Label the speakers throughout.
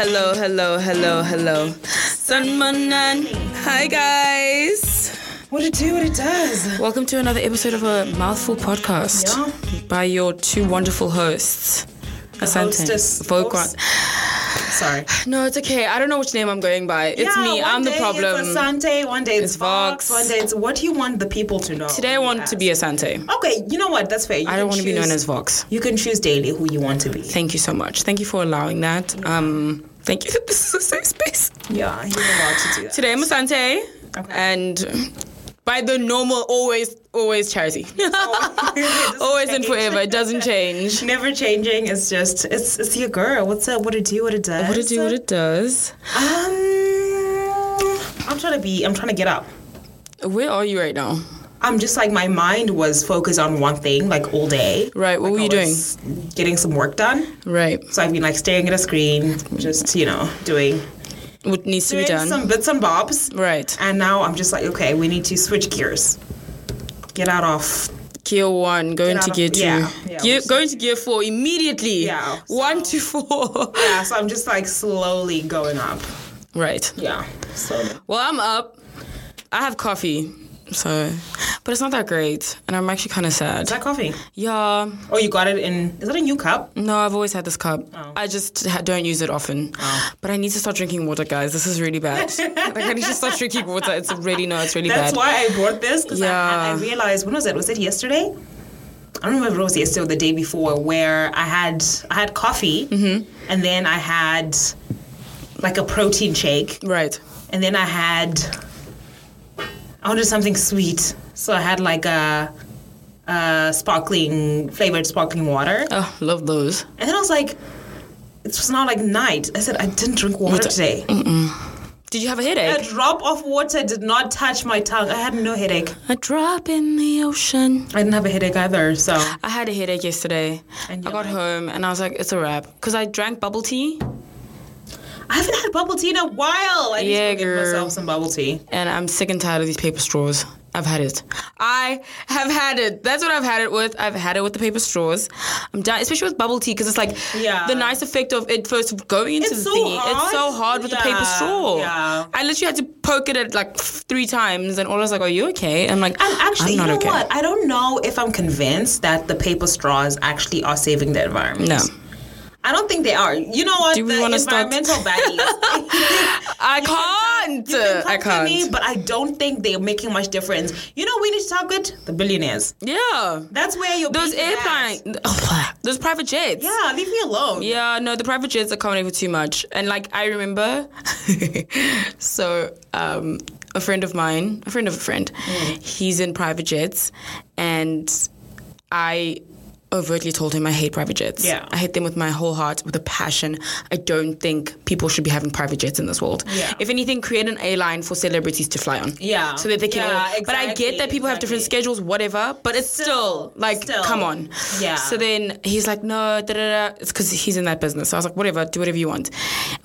Speaker 1: hello, hello, hello. Sun Munan. Hi, guys.
Speaker 2: What it do? What it does?
Speaker 1: Welcome to another episode of a mouthful podcast by your two wonderful hosts.
Speaker 2: hostess-
Speaker 1: Vocal.
Speaker 2: host- Sorry.
Speaker 1: No, it's okay. I don't know which name I'm going by. It's
Speaker 2: Yeah,
Speaker 1: me.
Speaker 2: one
Speaker 1: I'm the
Speaker 2: day
Speaker 1: problem.
Speaker 2: It's Asante, one day it's,
Speaker 1: It's
Speaker 2: Vox.
Speaker 1: Vox.
Speaker 2: One day it's what do you want the people to know?
Speaker 1: Today I want to be Asante.
Speaker 2: Okay, you know what? That's fair. You
Speaker 1: I
Speaker 2: can
Speaker 1: don't want to be known as
Speaker 2: choose-
Speaker 1: Vox.
Speaker 2: You can choose daily who you want to be.
Speaker 1: Thank you so much. Thank you for allowing that. Um, thank you. This is a safe space.
Speaker 2: Yeah, you're allowed to do that.
Speaker 1: Today I'm Asante,
Speaker 2: Okay.
Speaker 1: and by the normal, always, always charity,
Speaker 2: Doesn't
Speaker 1: always and
Speaker 2: change.
Speaker 1: forever. It doesn't change.
Speaker 2: Never changing. It's just it's it's your girl. What's up? What it do? What it does?
Speaker 1: What it do? What it does?
Speaker 2: Um, I'm trying to be. I'm trying to get up.
Speaker 1: Where are you right now?
Speaker 2: I'm just like my mind was focused on one thing like all day.
Speaker 1: Right. What were you
Speaker 2: I
Speaker 1: doing?
Speaker 2: was Getting some work done.
Speaker 1: Right.
Speaker 2: So I've been like staring at a screen, just you know, doing
Speaker 1: What needs to be
Speaker 2: doing
Speaker 1: done?
Speaker 2: some bits and bobs.
Speaker 1: Right.
Speaker 2: And now I'm just like, okay, we need to switch gears. Get out of
Speaker 1: Gear one, go
Speaker 2: out
Speaker 1: into
Speaker 2: of-
Speaker 1: gear two.
Speaker 2: yeah, yeah,
Speaker 1: gear,
Speaker 2: which
Speaker 1: go into gear four immediately.
Speaker 2: Yeah,
Speaker 1: One to four.
Speaker 2: yeah. So I'm just like slowly going up.
Speaker 1: right.
Speaker 2: Yeah. So
Speaker 1: Well, I'm up. I have coffee, so, but it's not that great, and I'm actually kind of
Speaker 2: is
Speaker 1: sad.
Speaker 2: that coffee?
Speaker 1: Yeah.
Speaker 2: Oh, you got it in. Is that a new cup?
Speaker 1: No, I've always had this cup.
Speaker 2: Oh.
Speaker 1: I just ha- don't use it often. But I need to start drinking water, guys. This is really bad. like, I need to start drinking water. It's really, no, it's really
Speaker 2: That's
Speaker 1: bad.
Speaker 2: why I bought this because I,
Speaker 1: Yeah.
Speaker 2: I realized when was it? Was it yesterday? I don't remember if it was yesterday or the day before where I had I had coffee
Speaker 1: Mm-hmm.
Speaker 2: and then I had like a protein shake
Speaker 1: right.
Speaker 2: and then I had I wanted something sweet so I had like a, a sparkling flavored sparkling water
Speaker 1: Oh, love those.
Speaker 2: and then I was like it's just not like night I said I didn't drink water
Speaker 1: Water. Mm-hmm.
Speaker 2: today
Speaker 1: Did you have a
Speaker 2: a
Speaker 1: headache?
Speaker 2: drop of water did not touch my tongue I had no headache
Speaker 1: A drop in the ocean.
Speaker 2: I didn't have a headache either so.
Speaker 1: I had a headache yesterday.
Speaker 2: And
Speaker 1: I
Speaker 2: you're
Speaker 1: got home and I was like, it's a wrap. Because I drank bubble tea
Speaker 2: I haven't had bubble tea in a while. I
Speaker 1: Yeah,
Speaker 2: need to go
Speaker 1: girl.
Speaker 2: get myself some bubble tea.
Speaker 1: and I'm sick and tired of these paper straws. I've had it. I have had it. That's what I've had it with. I've had it with the paper straws. I'm done, especially with bubble tea, because it's like
Speaker 2: Yeah.
Speaker 1: the nice effect of it first going into the
Speaker 2: It's so
Speaker 1: thingy. It's
Speaker 2: hard.
Speaker 1: so hard with the paper
Speaker 2: Yeah,
Speaker 1: straw.
Speaker 2: yeah.
Speaker 1: I literally had to poke it at like three times, and all I was like, "Are you okay?" I'm like,
Speaker 2: I'm actually,
Speaker 1: I'm not
Speaker 2: you know
Speaker 1: okay."
Speaker 2: what? I don't know if I'm convinced that the paper straws actually are saving the environment.
Speaker 1: No.
Speaker 2: I don't think they are. You know what?
Speaker 1: Do we
Speaker 2: the
Speaker 1: wanna start-
Speaker 2: environmental baddies.
Speaker 1: I
Speaker 2: can
Speaker 1: can't.
Speaker 2: You can come
Speaker 1: I
Speaker 2: to
Speaker 1: can't.
Speaker 2: me, but I don't think they're making much difference. You know, who we need to target the billionaires.
Speaker 1: Yeah.
Speaker 2: That's where your
Speaker 1: Those
Speaker 2: beef is at.
Speaker 1: airplane, oh, those private jets.
Speaker 2: Yeah, leave me alone.
Speaker 1: Yeah, no, the private jets are coming over too much. And like I remember, so um, a friend of mine, a friend of a friend,
Speaker 2: Mm.
Speaker 1: he's in private jets, and I overtly told him I hate private jets.
Speaker 2: Yeah.
Speaker 1: I hate them with my whole heart, with a passion. I don't think people should be having private jets in this world.
Speaker 2: Yeah.
Speaker 1: If anything, create an airline for celebrities to fly on.
Speaker 2: Yeah.
Speaker 1: So that they can.
Speaker 2: Yeah,
Speaker 1: all, but I get
Speaker 2: exactly,
Speaker 1: that people have different
Speaker 2: exactly.
Speaker 1: schedules, whatever. But it's still,
Speaker 2: Still,
Speaker 1: like,
Speaker 2: still.
Speaker 1: come on.
Speaker 2: Yeah.
Speaker 1: So then then he's like, no, da da da. It's because he's in that business. So I was like, whatever, do whatever you want.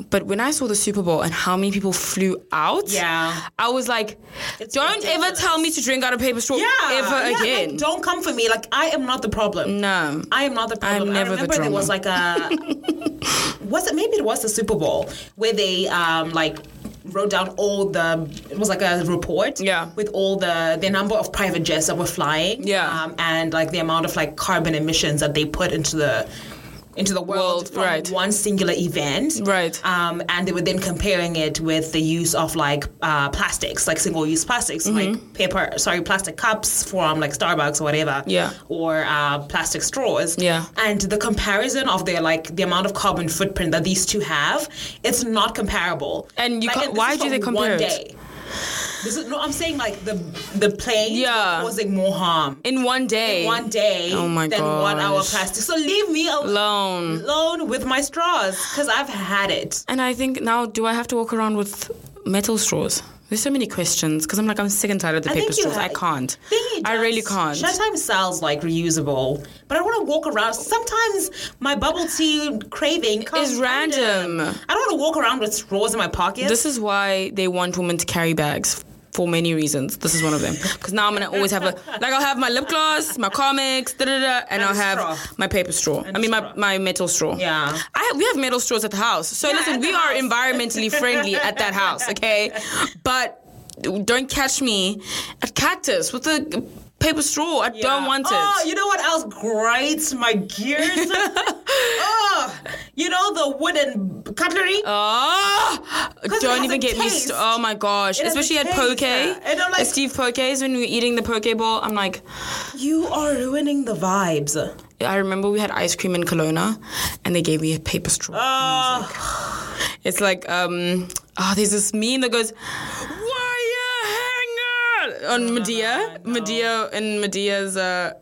Speaker 1: But when I saw the Super Bowl and how many people flew out,
Speaker 2: Yeah.
Speaker 1: I was like,
Speaker 2: It's
Speaker 1: don't ever
Speaker 2: ridiculous.
Speaker 1: tell me to drink out of paper straw
Speaker 2: Yeah.
Speaker 1: ever
Speaker 2: yeah,
Speaker 1: again.
Speaker 2: Like, don't come for me. Like, I am not the problem.
Speaker 1: no.
Speaker 2: I am not the
Speaker 1: I'm
Speaker 2: problem. I
Speaker 1: never the
Speaker 2: remember there
Speaker 1: drama.
Speaker 2: was like a was it maybe it was the Super Bowl where they um like wrote down all the it was like a report
Speaker 1: Yeah.
Speaker 2: with all the the number of private jets that were flying
Speaker 1: Yeah.
Speaker 2: um, and like the amount of like carbon emissions that they put into the into the world,
Speaker 1: World,
Speaker 2: from
Speaker 1: right.
Speaker 2: one singular event
Speaker 1: Right.
Speaker 2: um, and they were then comparing it with the use of like uh, plastics like single use plastics
Speaker 1: Mm-hmm.
Speaker 2: like paper sorry plastic cups from like Starbucks or whatever
Speaker 1: Yeah.
Speaker 2: or uh, plastic straws.
Speaker 1: Yeah.
Speaker 2: And the comparison of their like the amount of carbon footprint that these two have, it's not comparable.
Speaker 1: And you
Speaker 2: like,
Speaker 1: can't-
Speaker 2: this
Speaker 1: why
Speaker 2: is
Speaker 1: do
Speaker 2: for
Speaker 1: they compare
Speaker 2: one
Speaker 1: it?
Speaker 2: day. This is no. I'm saying like the the plane
Speaker 1: Yeah.
Speaker 2: causing more harm
Speaker 1: In one day.
Speaker 2: in one day
Speaker 1: Oh my
Speaker 2: than one hour
Speaker 1: gosh.
Speaker 2: plastic. So leave me alone,
Speaker 1: Alone.
Speaker 2: alone with my straws because I've had it.
Speaker 1: And I think now, do I have to walk around with metal straws? There's so many questions because I'm like, I'm sick and tired of the
Speaker 2: I
Speaker 1: paper
Speaker 2: think you
Speaker 1: straws. I
Speaker 2: ha-
Speaker 1: can't.
Speaker 2: think it
Speaker 1: I really
Speaker 2: does.
Speaker 1: can't.
Speaker 2: Sometimes sounds like reusable, but I don't want to walk around. Sometimes my bubble tea craving comes
Speaker 1: It's random.
Speaker 2: I don't want to walk around with straws in my pockets.
Speaker 1: This is why they want women to carry bags. for many reasons. This is one of them. Because now I'm gonna always have a like I'll have my lip gloss, my comics, da da da, and,
Speaker 2: a
Speaker 1: I'll have
Speaker 2: straw.
Speaker 1: my paper straw. I
Speaker 2: a
Speaker 1: mean my,
Speaker 2: straw.
Speaker 1: my metal straw.
Speaker 2: Yeah.
Speaker 1: I have, we have metal straws at the house. So
Speaker 2: Yeah,
Speaker 1: listen,
Speaker 2: at the
Speaker 1: we are
Speaker 2: house.
Speaker 1: environmentally friendly at that house, okay? But don't catch me at cactus with a paper straw. I don't
Speaker 2: Yeah.
Speaker 1: want it.
Speaker 2: Oh, you know what else grates my gears? oh, you know the wooden cutlery.
Speaker 1: Uh. Oh,
Speaker 2: it
Speaker 1: don't
Speaker 2: has
Speaker 1: even
Speaker 2: a
Speaker 1: get me.
Speaker 2: taste.
Speaker 1: St- oh my gosh,
Speaker 2: has a
Speaker 1: especially at
Speaker 2: taste,
Speaker 1: poke.
Speaker 2: yeah. And I'm like-
Speaker 1: at Steve Poke's when we were eating the poke bowl, I'm like,
Speaker 2: You are ruining the vibes.
Speaker 1: I remember we had ice cream in Kelowna, and they gave me a paper straw.
Speaker 2: Oh,
Speaker 1: It's like, um, oh, there's this meme that goes, wire hanger on Medea. Medea in Medea's uh,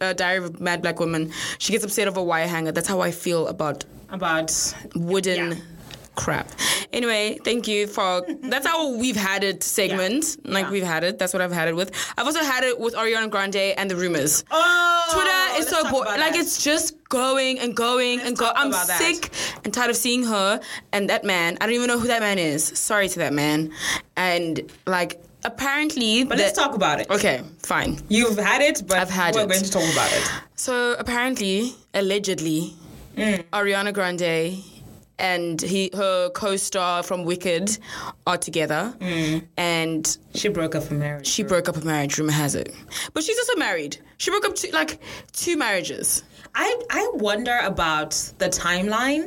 Speaker 1: uh, Diary of a Mad Black Woman. She gets upset over wire hanger. That's how I feel about
Speaker 2: about
Speaker 1: wooden
Speaker 2: Yeah.
Speaker 1: crap. Anyway, thank you for that's how we've had it segment. Like
Speaker 2: Yeah.
Speaker 1: we've had it. That's what I've had it with. I've also had it with Ariana Grande and the rumors.
Speaker 2: oh,
Speaker 1: Twitter is
Speaker 2: let's
Speaker 1: so
Speaker 2: talk
Speaker 1: boring.
Speaker 2: about
Speaker 1: Like
Speaker 2: that.
Speaker 1: it's just going and going and go.
Speaker 2: talk
Speaker 1: I'm
Speaker 2: about that.
Speaker 1: sick and tired of seeing her and that man. I don't even know who that man is. Sorry to that man. And like apparently,
Speaker 2: But let's talk about it.
Speaker 1: Okay, fine.
Speaker 2: You've had it, but
Speaker 1: I've had
Speaker 2: we're
Speaker 1: it.
Speaker 2: going to talk about it.
Speaker 1: So apparently, allegedly,
Speaker 2: Mm.
Speaker 1: Ariana Grande and he, her co-star from Wicked are together,
Speaker 2: Mm.
Speaker 1: and
Speaker 2: She broke up from marriage.
Speaker 1: she broke up a marriage. Rumor has it, but she's also married. She broke up two, like two marriages.
Speaker 2: I I wonder about the timeline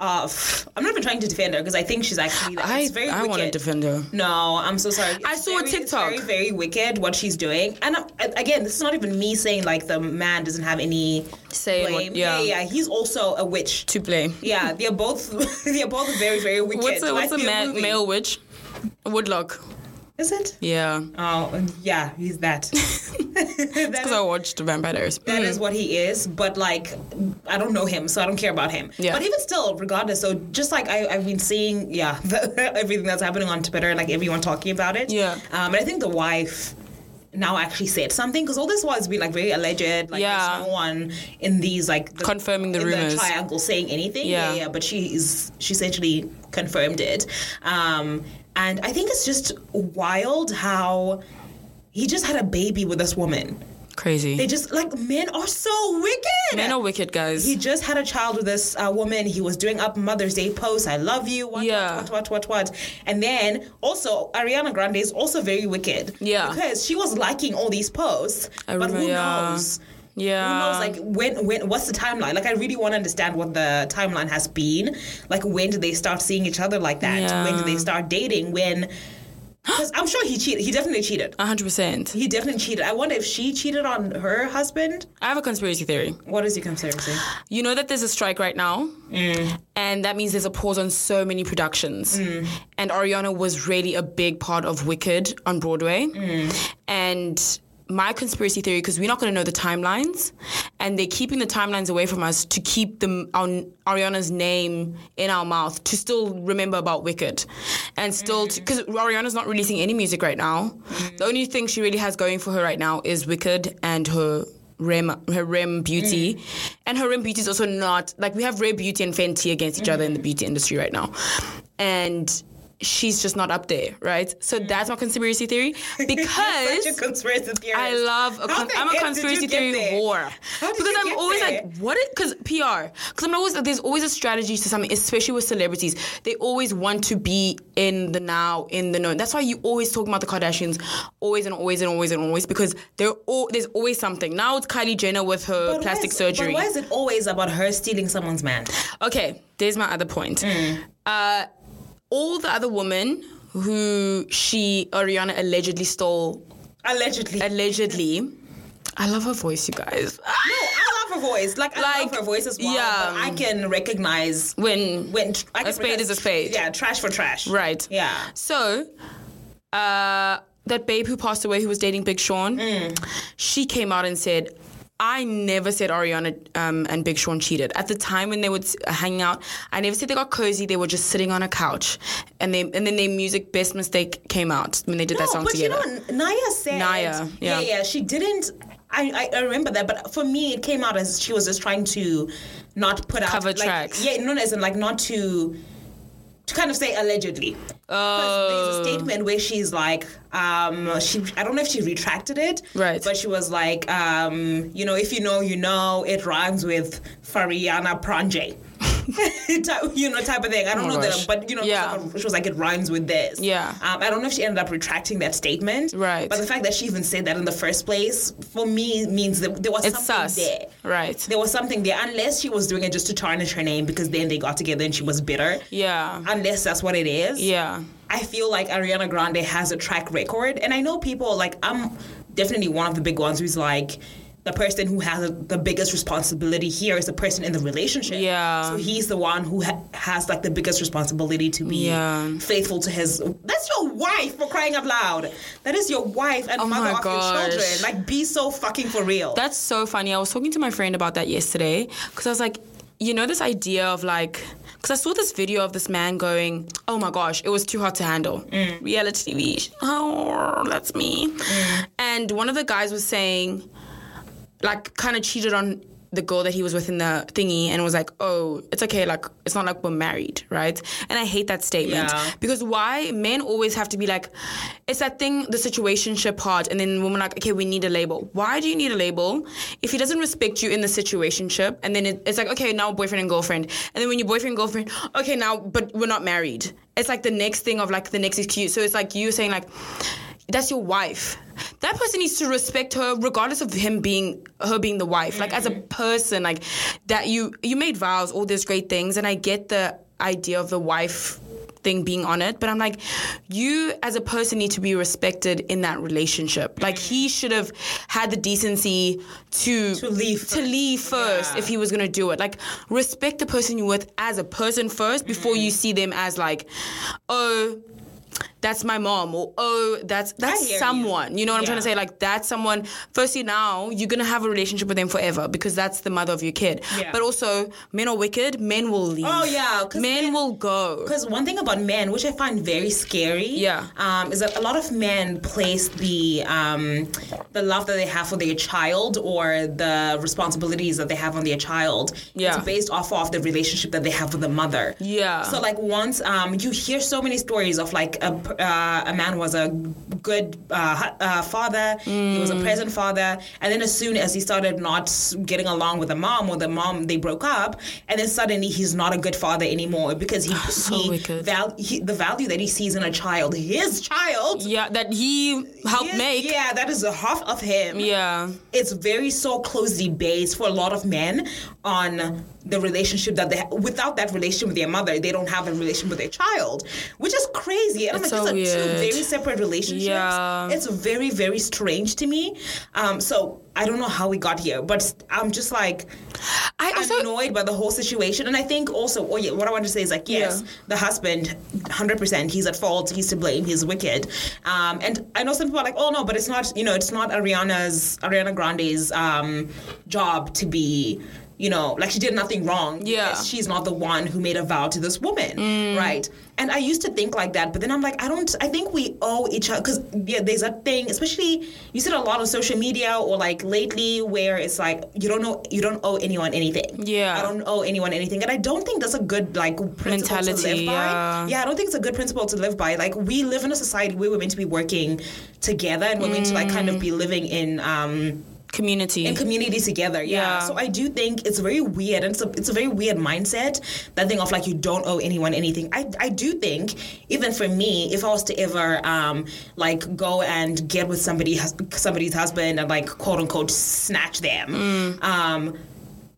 Speaker 2: of. I'm not even trying to defend her because I think she's actually. Like,
Speaker 1: I
Speaker 2: it's very
Speaker 1: I want to
Speaker 2: wicked.
Speaker 1: defend her.
Speaker 2: No, I'm so sorry.
Speaker 1: I
Speaker 2: It's
Speaker 1: saw a
Speaker 2: very- it's
Speaker 1: TikTok.
Speaker 2: very, very wicked what she's doing. And I'm, a- again, this is not even me saying like the man doesn't have any
Speaker 1: Say what-
Speaker 2: blame.
Speaker 1: yeah.
Speaker 2: yeah, yeah. He's also a witch.
Speaker 1: To play.
Speaker 2: Yeah, they're both they're both very very wicked.
Speaker 1: What's a what's
Speaker 2: Might
Speaker 1: a
Speaker 2: be
Speaker 1: ma-
Speaker 2: movie.
Speaker 1: male witch? Woodlock.
Speaker 2: Is it?
Speaker 1: Yeah,
Speaker 2: Oh yeah, he's that. that
Speaker 1: because I watched Vampire Diaries.
Speaker 2: That is what he is. But like, I don't know him, so I don't care about him.
Speaker 1: Yeah.
Speaker 2: But even still, regardless, so just like I, I've been seeing, yeah, the, everything that's happening on Twitter, like everyone talking about it.
Speaker 1: Yeah.
Speaker 2: Um, and I think the wife now actually said something because all this was been like very alleged. Like,
Speaker 1: Yeah.
Speaker 2: there's no one in these like the,
Speaker 1: Confirming the
Speaker 2: in
Speaker 1: rumors.
Speaker 2: triangle saying anything.
Speaker 1: Yeah.
Speaker 2: Yeah. yeah, But she is she essentially confirmed it. Um, and I think it's just wild how. He just had a baby with this woman. They
Speaker 1: Crazy.
Speaker 2: just like men are so wicked.
Speaker 1: Men are wicked, guys.
Speaker 2: He just had a child with this uh, woman. He was doing up Mother's Day posts. I love you. What,
Speaker 1: Yeah.
Speaker 2: what, what, what, what, what. And then also Ariana Grande is also very wicked.
Speaker 1: Yeah.
Speaker 2: Because she was liking all these posts.
Speaker 1: I
Speaker 2: but
Speaker 1: remember,
Speaker 2: who
Speaker 1: yeah.
Speaker 2: knows? Who
Speaker 1: yeah.
Speaker 2: knows? Like when? When? What's the timeline? Like I really want to understand what the timeline has been. Like when did they start seeing each other like that?
Speaker 1: Yeah.
Speaker 2: When did they start dating? When? Because I'm sure he cheated. He definitely cheated.
Speaker 1: hundred percent.
Speaker 2: He definitely cheated. I wonder if she cheated on her husband.
Speaker 1: I have a conspiracy theory.
Speaker 2: What is your conspiracy?
Speaker 1: You know that there's a strike right now, and that means there's a pause on so many productions. And Ariana was really a big part of Wicked on Broadway. And my conspiracy theory, because we're not going to know the timelines, and they're keeping the timelines away from us to keep them our, Ariana's name in our mouth to still remember about Wicked, and still because Ariana's not releasing any music right now. The only thing she really has going for her right now is Wicked and her Rem, her Rem Beauty, and her Rem Beauty is also not like we have Rare Beauty and Fenty against each other in the beauty industry right now, and she's just not up there, right? So that's my conspiracy theory
Speaker 2: You're such a
Speaker 1: because.
Speaker 2: conspiracy theorist.
Speaker 1: I love. A
Speaker 2: How
Speaker 1: con-
Speaker 2: the
Speaker 1: I'm a
Speaker 2: heck did
Speaker 1: conspiracy
Speaker 2: you get
Speaker 1: theory
Speaker 2: there?
Speaker 1: whore
Speaker 2: How did
Speaker 1: because
Speaker 2: you
Speaker 1: I'm
Speaker 2: get
Speaker 1: always
Speaker 2: there?
Speaker 1: like, what? Because PR. Because I'm always there's always a strategy to something, especially with celebrities. They always want to be in the now, in the known. That's why you always talk about the Kardashians, always and always and always and always because they're all there's always something. Now it's Kylie Jenner with her
Speaker 2: But why
Speaker 1: plastic
Speaker 2: is-
Speaker 1: surgery.
Speaker 2: But why is it always about her stealing someone's man?
Speaker 1: Okay, there's my other point.
Speaker 2: Mm.
Speaker 1: Uh, all the other women who she Ariana allegedly stole,
Speaker 2: Allegedly.
Speaker 1: allegedly. I love her voice, you guys.
Speaker 2: no, I love her voice. Like, I
Speaker 1: Like,
Speaker 2: love her voice as well.
Speaker 1: yeah.
Speaker 2: But I can recognize
Speaker 1: When
Speaker 2: when tr- I can
Speaker 1: spade
Speaker 2: recognize-
Speaker 1: is a spade.
Speaker 2: Yeah, trash for trash.
Speaker 1: right?
Speaker 2: Yeah.
Speaker 1: So, uh, that babe who passed away, who was dating Big Sean,
Speaker 2: Mm.
Speaker 1: she came out and said, I never said Ariana um, and Big Sean cheated. At the time when they would s- uh, hang out, I never said they got cozy. They were just sitting on a couch, and they and then their music "Best Mistake" came out when they did that
Speaker 2: no,
Speaker 1: song
Speaker 2: but
Speaker 1: together.
Speaker 2: you know, N- Naya said.
Speaker 1: Naya, yeah.
Speaker 2: yeah, She didn't. I, I- I remember that, but for me, it came out as she was just trying to not put out
Speaker 1: Cover
Speaker 2: like,
Speaker 1: tracks.
Speaker 2: Yeah, no, as in like not to. to kind of say allegedly. 'Cause
Speaker 1: Oh.
Speaker 2: there's a statement where she's like, um, she I don't know if she retracted it,
Speaker 1: Right.
Speaker 2: But she was like, um, you know, if you know, you know, it rhymes with Fariana Pranje. Type- you know, type of thing. I don't
Speaker 1: Oh my
Speaker 2: know the,
Speaker 1: gosh.
Speaker 2: but you know,
Speaker 1: Yeah.
Speaker 2: she was like, it rhymes with this.
Speaker 1: Yeah.
Speaker 2: Um, I don't know if she ended up retracting that statement.
Speaker 1: Right.
Speaker 2: But the fact that she even said that in the first place, for me, means that there was
Speaker 1: It's
Speaker 2: something
Speaker 1: sus.
Speaker 2: there
Speaker 1: Right.
Speaker 2: there was something there, unless she was doing it just to tarnish her name because then they got together and she was bitter.
Speaker 1: Yeah.
Speaker 2: Unless that's what it is.
Speaker 1: Yeah.
Speaker 2: I feel like Ariana Grande has a track record. And I know people, like, I'm definitely one of the big ones who's like, the person who has the biggest responsibility here is the person in the relationship.
Speaker 1: Yeah.
Speaker 2: So he's the one who ha- has like the biggest responsibility to be
Speaker 1: Yeah.
Speaker 2: faithful to his. That's your wife for crying out loud. That is your wife and
Speaker 1: Oh
Speaker 2: mother
Speaker 1: my
Speaker 2: of your children.
Speaker 1: gosh.
Speaker 2: Like, be so fucking for real.
Speaker 1: That's so funny. I was talking to my friend about that yesterday because I was like, you know, this idea of like, because I saw this video of this man going, oh my gosh, it was too hard to handle. Reality TV. Oh, that's me. And one of the guys was saying, like, kind of cheated on the girl that he was with in the thingy and was like, oh, it's okay. Like, it's not like we're married, right? And I hate that statement
Speaker 2: Yeah.
Speaker 1: because why men always have to be like it's that thing the situationship part and then women like okay we need a label why do you need a label if he doesn't respect you in the situationship and then it, it's like okay now boyfriend and girlfriend and then when you're boyfriend and girlfriend okay now but we're not married it's like the next thing of like the next excuse so it's like you saying like that's your wife that person needs to respect her regardless of him being her being the wife like as a person like that you you made vows all those great things and i get the idea of the wife thing being on it but i'm like you as a person need to be respected in that relationship like he should have had the decency to
Speaker 2: To leave
Speaker 1: to leave first
Speaker 2: Yeah.
Speaker 1: if he was going to do it like respect the person you're with as a person first before
Speaker 2: Mm.
Speaker 1: you see them as like oh that's my mom or oh that's that's
Speaker 2: hear you.
Speaker 1: someone you. know what i'm trying to
Speaker 2: Yeah.
Speaker 1: say like that's someone firstly now you're going to have a relationship with them forever because that's the mother of your kid
Speaker 2: Yeah.
Speaker 1: but also men are wicked men will leave
Speaker 2: Oh, yeah, 'cause
Speaker 1: men,
Speaker 2: men-
Speaker 1: will go
Speaker 2: Because one thing about men, which I find very scary,
Speaker 1: Yeah.
Speaker 2: um, is that a lot of men place the um, the love that they have for their child or the responsibilities that they have on their child.
Speaker 1: Yeah.
Speaker 2: it's based off of the relationship that they have with the mother.
Speaker 1: Yeah.
Speaker 2: So like once um, you hear so many stories of like a p- uh, a man was a good uh, hu- uh, father, he
Speaker 1: Mm.
Speaker 2: was a present father, and then as soon as he started not getting along with the mom or the mom they broke up, and then suddenly he's not a good father anymore because he
Speaker 1: So
Speaker 2: he
Speaker 1: wicked.
Speaker 2: val- he, the value that he sees in a child, his child,
Speaker 1: yeah that he helped
Speaker 2: his-
Speaker 1: make
Speaker 2: yeah, that is a half of him.
Speaker 1: yeah
Speaker 2: It's very so closely based for a lot of men on the relationship that they ha- without that relationship with their mother, they don't have a relationship with their child, which is crazy. And
Speaker 1: It's
Speaker 2: I'm
Speaker 1: so
Speaker 2: like, these are two
Speaker 1: weird.
Speaker 2: very separate relationships.
Speaker 1: Yeah.
Speaker 2: It's very very strange to me. Um, so I don't know how we got here, but I'm just like.
Speaker 1: i also
Speaker 2: annoyed by the whole situation. And I think also, oh yeah, what I want to say is like, yes,
Speaker 1: Yeah.
Speaker 2: the husband, hundred percent, he's at fault. He's to blame. He's wicked. Um, and I know some people are like, oh no, but it's not. You know, it's not Ariana's Ariana Grande's um, job to be. You know, like she did nothing wrong.
Speaker 1: Yeah. Mm.
Speaker 2: because She's not the one who made a vow to this woman. Right. And I used to think like that, but then I'm like, I don't, I think we owe each other, because yeah, there's a thing, especially you see it a lot on social media or like lately where it's like, you don't know, you don't owe anyone anything.
Speaker 1: Yeah.
Speaker 2: I don't owe anyone anything. And I don't think that's a good like principle
Speaker 1: Mentality,
Speaker 2: to live by.
Speaker 1: yeah.
Speaker 2: I don't think it's a good principle to live by. Like we live in a society where we're meant to be working together and we're meant to like
Speaker 1: Mm.
Speaker 2: kind of be living in, um,
Speaker 1: community
Speaker 2: in community together. Yeah.
Speaker 1: Mm-hmm. Yeah.
Speaker 2: So I do think it's very weird, and it's a, it's a very weird mindset. That thing of like you don't owe anyone anything. I I do think even for me, if I was to ever um like go and get with somebody hus- somebody's husband and like quote unquote snatch them,
Speaker 1: Mm.
Speaker 2: um,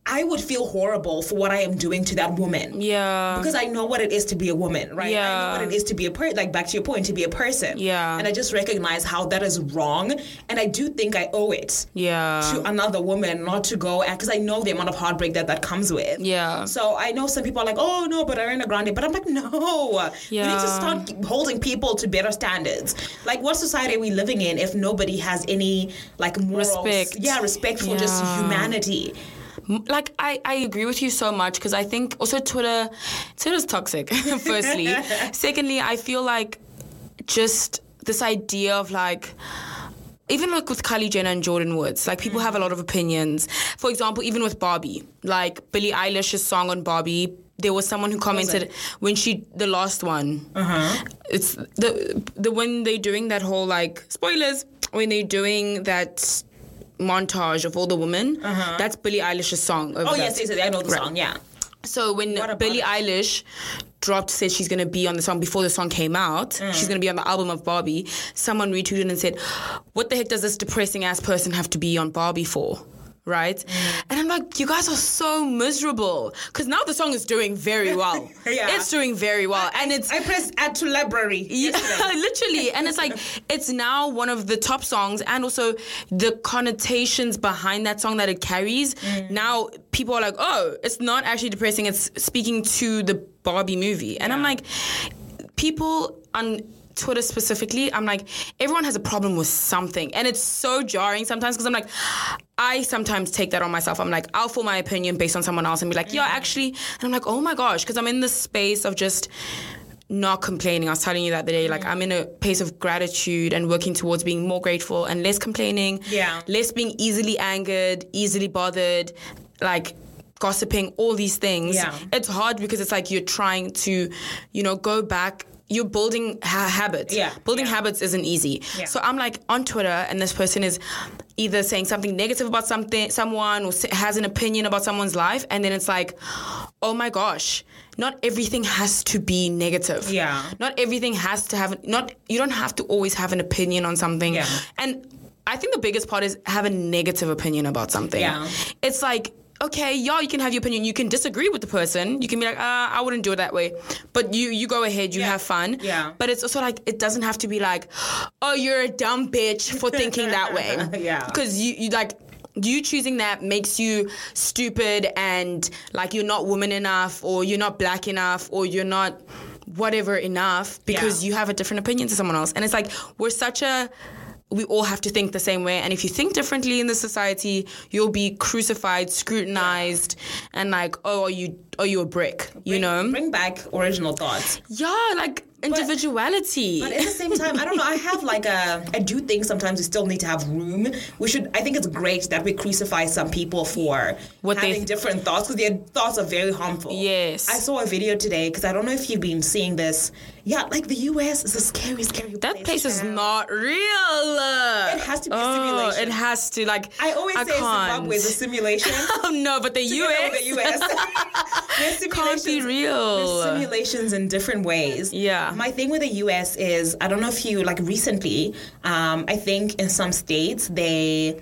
Speaker 2: I would feel horrible for what I am doing to that woman.
Speaker 1: yeah
Speaker 2: Because I know what it is to be a woman, right? I
Speaker 1: Yeah.
Speaker 2: know what it is to be a person. Like back to your point, to be a person.
Speaker 1: Yeah.
Speaker 2: And I just recognize how that is wrong, and I do think I owe it
Speaker 1: yeah
Speaker 2: to another woman not to go because I know the amount of heartbreak that that comes with.
Speaker 1: Yeah.
Speaker 2: So I know some people are like, oh no, but Ariana Grande. But I'm like, no. We need to
Speaker 1: Yeah.
Speaker 2: start holding people to better standards. Like, what society are we living in if nobody has any like morals?
Speaker 1: Respect.
Speaker 2: Yeah, respect for just
Speaker 1: Yeah.
Speaker 2: humanity.
Speaker 1: like I, I agree with you so much because I think also Twitter Twitter's toxic firstly secondly I feel like just this idea of like even like with Kylie Jenner and Jordan Woods, like people have a lot of opinions. For example, even with Barbie, like Billie Eilish's song on Barbie there was someone who commented when she the last one.
Speaker 2: Uh-huh.
Speaker 1: It's the the when they're doing that whole like spoilers when they're doing that montage of all the women. That's Billie Eilish's song. over
Speaker 2: Uh-huh. Oh
Speaker 1: that.
Speaker 2: yes, yes, yes, I know the
Speaker 1: Right.
Speaker 2: song. Yeah.
Speaker 1: So when
Speaker 2: about
Speaker 1: Billie
Speaker 2: it?
Speaker 1: Eilish dropped said she's gonna be on the song before the song came out,
Speaker 2: Mm.
Speaker 1: she's gonna be on the album of Barbie. Someone retweeted and said, "What the heck does this depressing ass person have to be on Barbie for?" Right?
Speaker 2: Mm.
Speaker 1: And I'm like, you guys are so miserable because now the song is doing very well.
Speaker 2: Yeah.
Speaker 1: It's doing very well, and it's.
Speaker 2: I pressed add to library.
Speaker 1: Yeah, literally. And it's like, it's now one of the top songs, and also the connotations behind that song that it carries. Now people are like, oh, it's not actually depressing, it's speaking to the Barbie movie. And I'm like, people on Twitter specifically, I'm like, everyone has a problem with something. And it's so jarring sometimes because I'm like, I sometimes take that on myself. I'm like, I'll form my opinion based on someone else and be like, yeah, actually. And I'm like, oh my gosh, because I'm in this space of just not complaining. I was telling you that the day, like,
Speaker 2: Mm.
Speaker 1: I'm in a place of gratitude and working towards being more grateful and less complaining,
Speaker 2: Yeah.
Speaker 1: less being easily angered, easily bothered, like, gossiping, all these things
Speaker 2: Yeah.
Speaker 1: it's hard because it's like you're trying to, you know, go back. You're building ha- habits.
Speaker 2: Yeah,
Speaker 1: Building
Speaker 2: yeah.
Speaker 1: habits isn't easy.
Speaker 2: Yeah.
Speaker 1: So I'm like on Twitter, and this person is either saying something negative about something, someone, or s- has an opinion about someone's life, and then it's like, oh my gosh, not everything has to be negative.
Speaker 2: Yeah.
Speaker 1: Not everything has to have. Not you don't have to always have an opinion on something.
Speaker 2: Yeah.
Speaker 1: And I think the biggest part is have a negative opinion about something.
Speaker 2: Yeah.
Speaker 1: It's like, okay, y'all, you can have your opinion. You can disagree with the person. You can be like, uh, I wouldn't do it that way. But you you go ahead, you
Speaker 2: Yeah.
Speaker 1: have fun.
Speaker 2: Yeah.
Speaker 1: But it's also like it doesn't have to be like, oh, you're a dumb bitch for thinking that way.
Speaker 2: Yeah.
Speaker 1: Because you you like you choosing that makes you stupid and like you're not woman enough or you're not black enough or you're not whatever enough because
Speaker 2: Yeah.
Speaker 1: you have a different opinion to someone else and it's like we're such a we all have to think the same way and if you think differently in the society you'll be crucified scrutinized and like oh are you are you a brick you
Speaker 2: Bring-
Speaker 1: know
Speaker 2: Bring back original thoughts.
Speaker 1: yeah like individuality
Speaker 2: But at the same time, I don't know. I have like a. I do think sometimes we still need to have room. We should. I think it's great that we crucify some people for
Speaker 1: What they-
Speaker 2: having different thoughts because their thoughts are very harmful.
Speaker 1: Yes.
Speaker 2: I saw a video today because I don't know if you've been seeing this. Yeah, like the U.S. is a scary, scary.
Speaker 1: that place is
Speaker 2: child.
Speaker 1: not real. It
Speaker 2: has to be
Speaker 1: oh,
Speaker 2: simulation.
Speaker 1: It has to like.
Speaker 2: I always say
Speaker 1: can't.
Speaker 2: Zimbabwe is a simulation.
Speaker 1: Oh no, but the
Speaker 2: Together
Speaker 1: US.
Speaker 2: with the US. There's
Speaker 1: Can't be
Speaker 2: simulations-
Speaker 1: real.
Speaker 2: There's simulations in different ways.
Speaker 1: Yeah.
Speaker 2: My thing with the US is I don't know if you like recently. Um, I think in some states they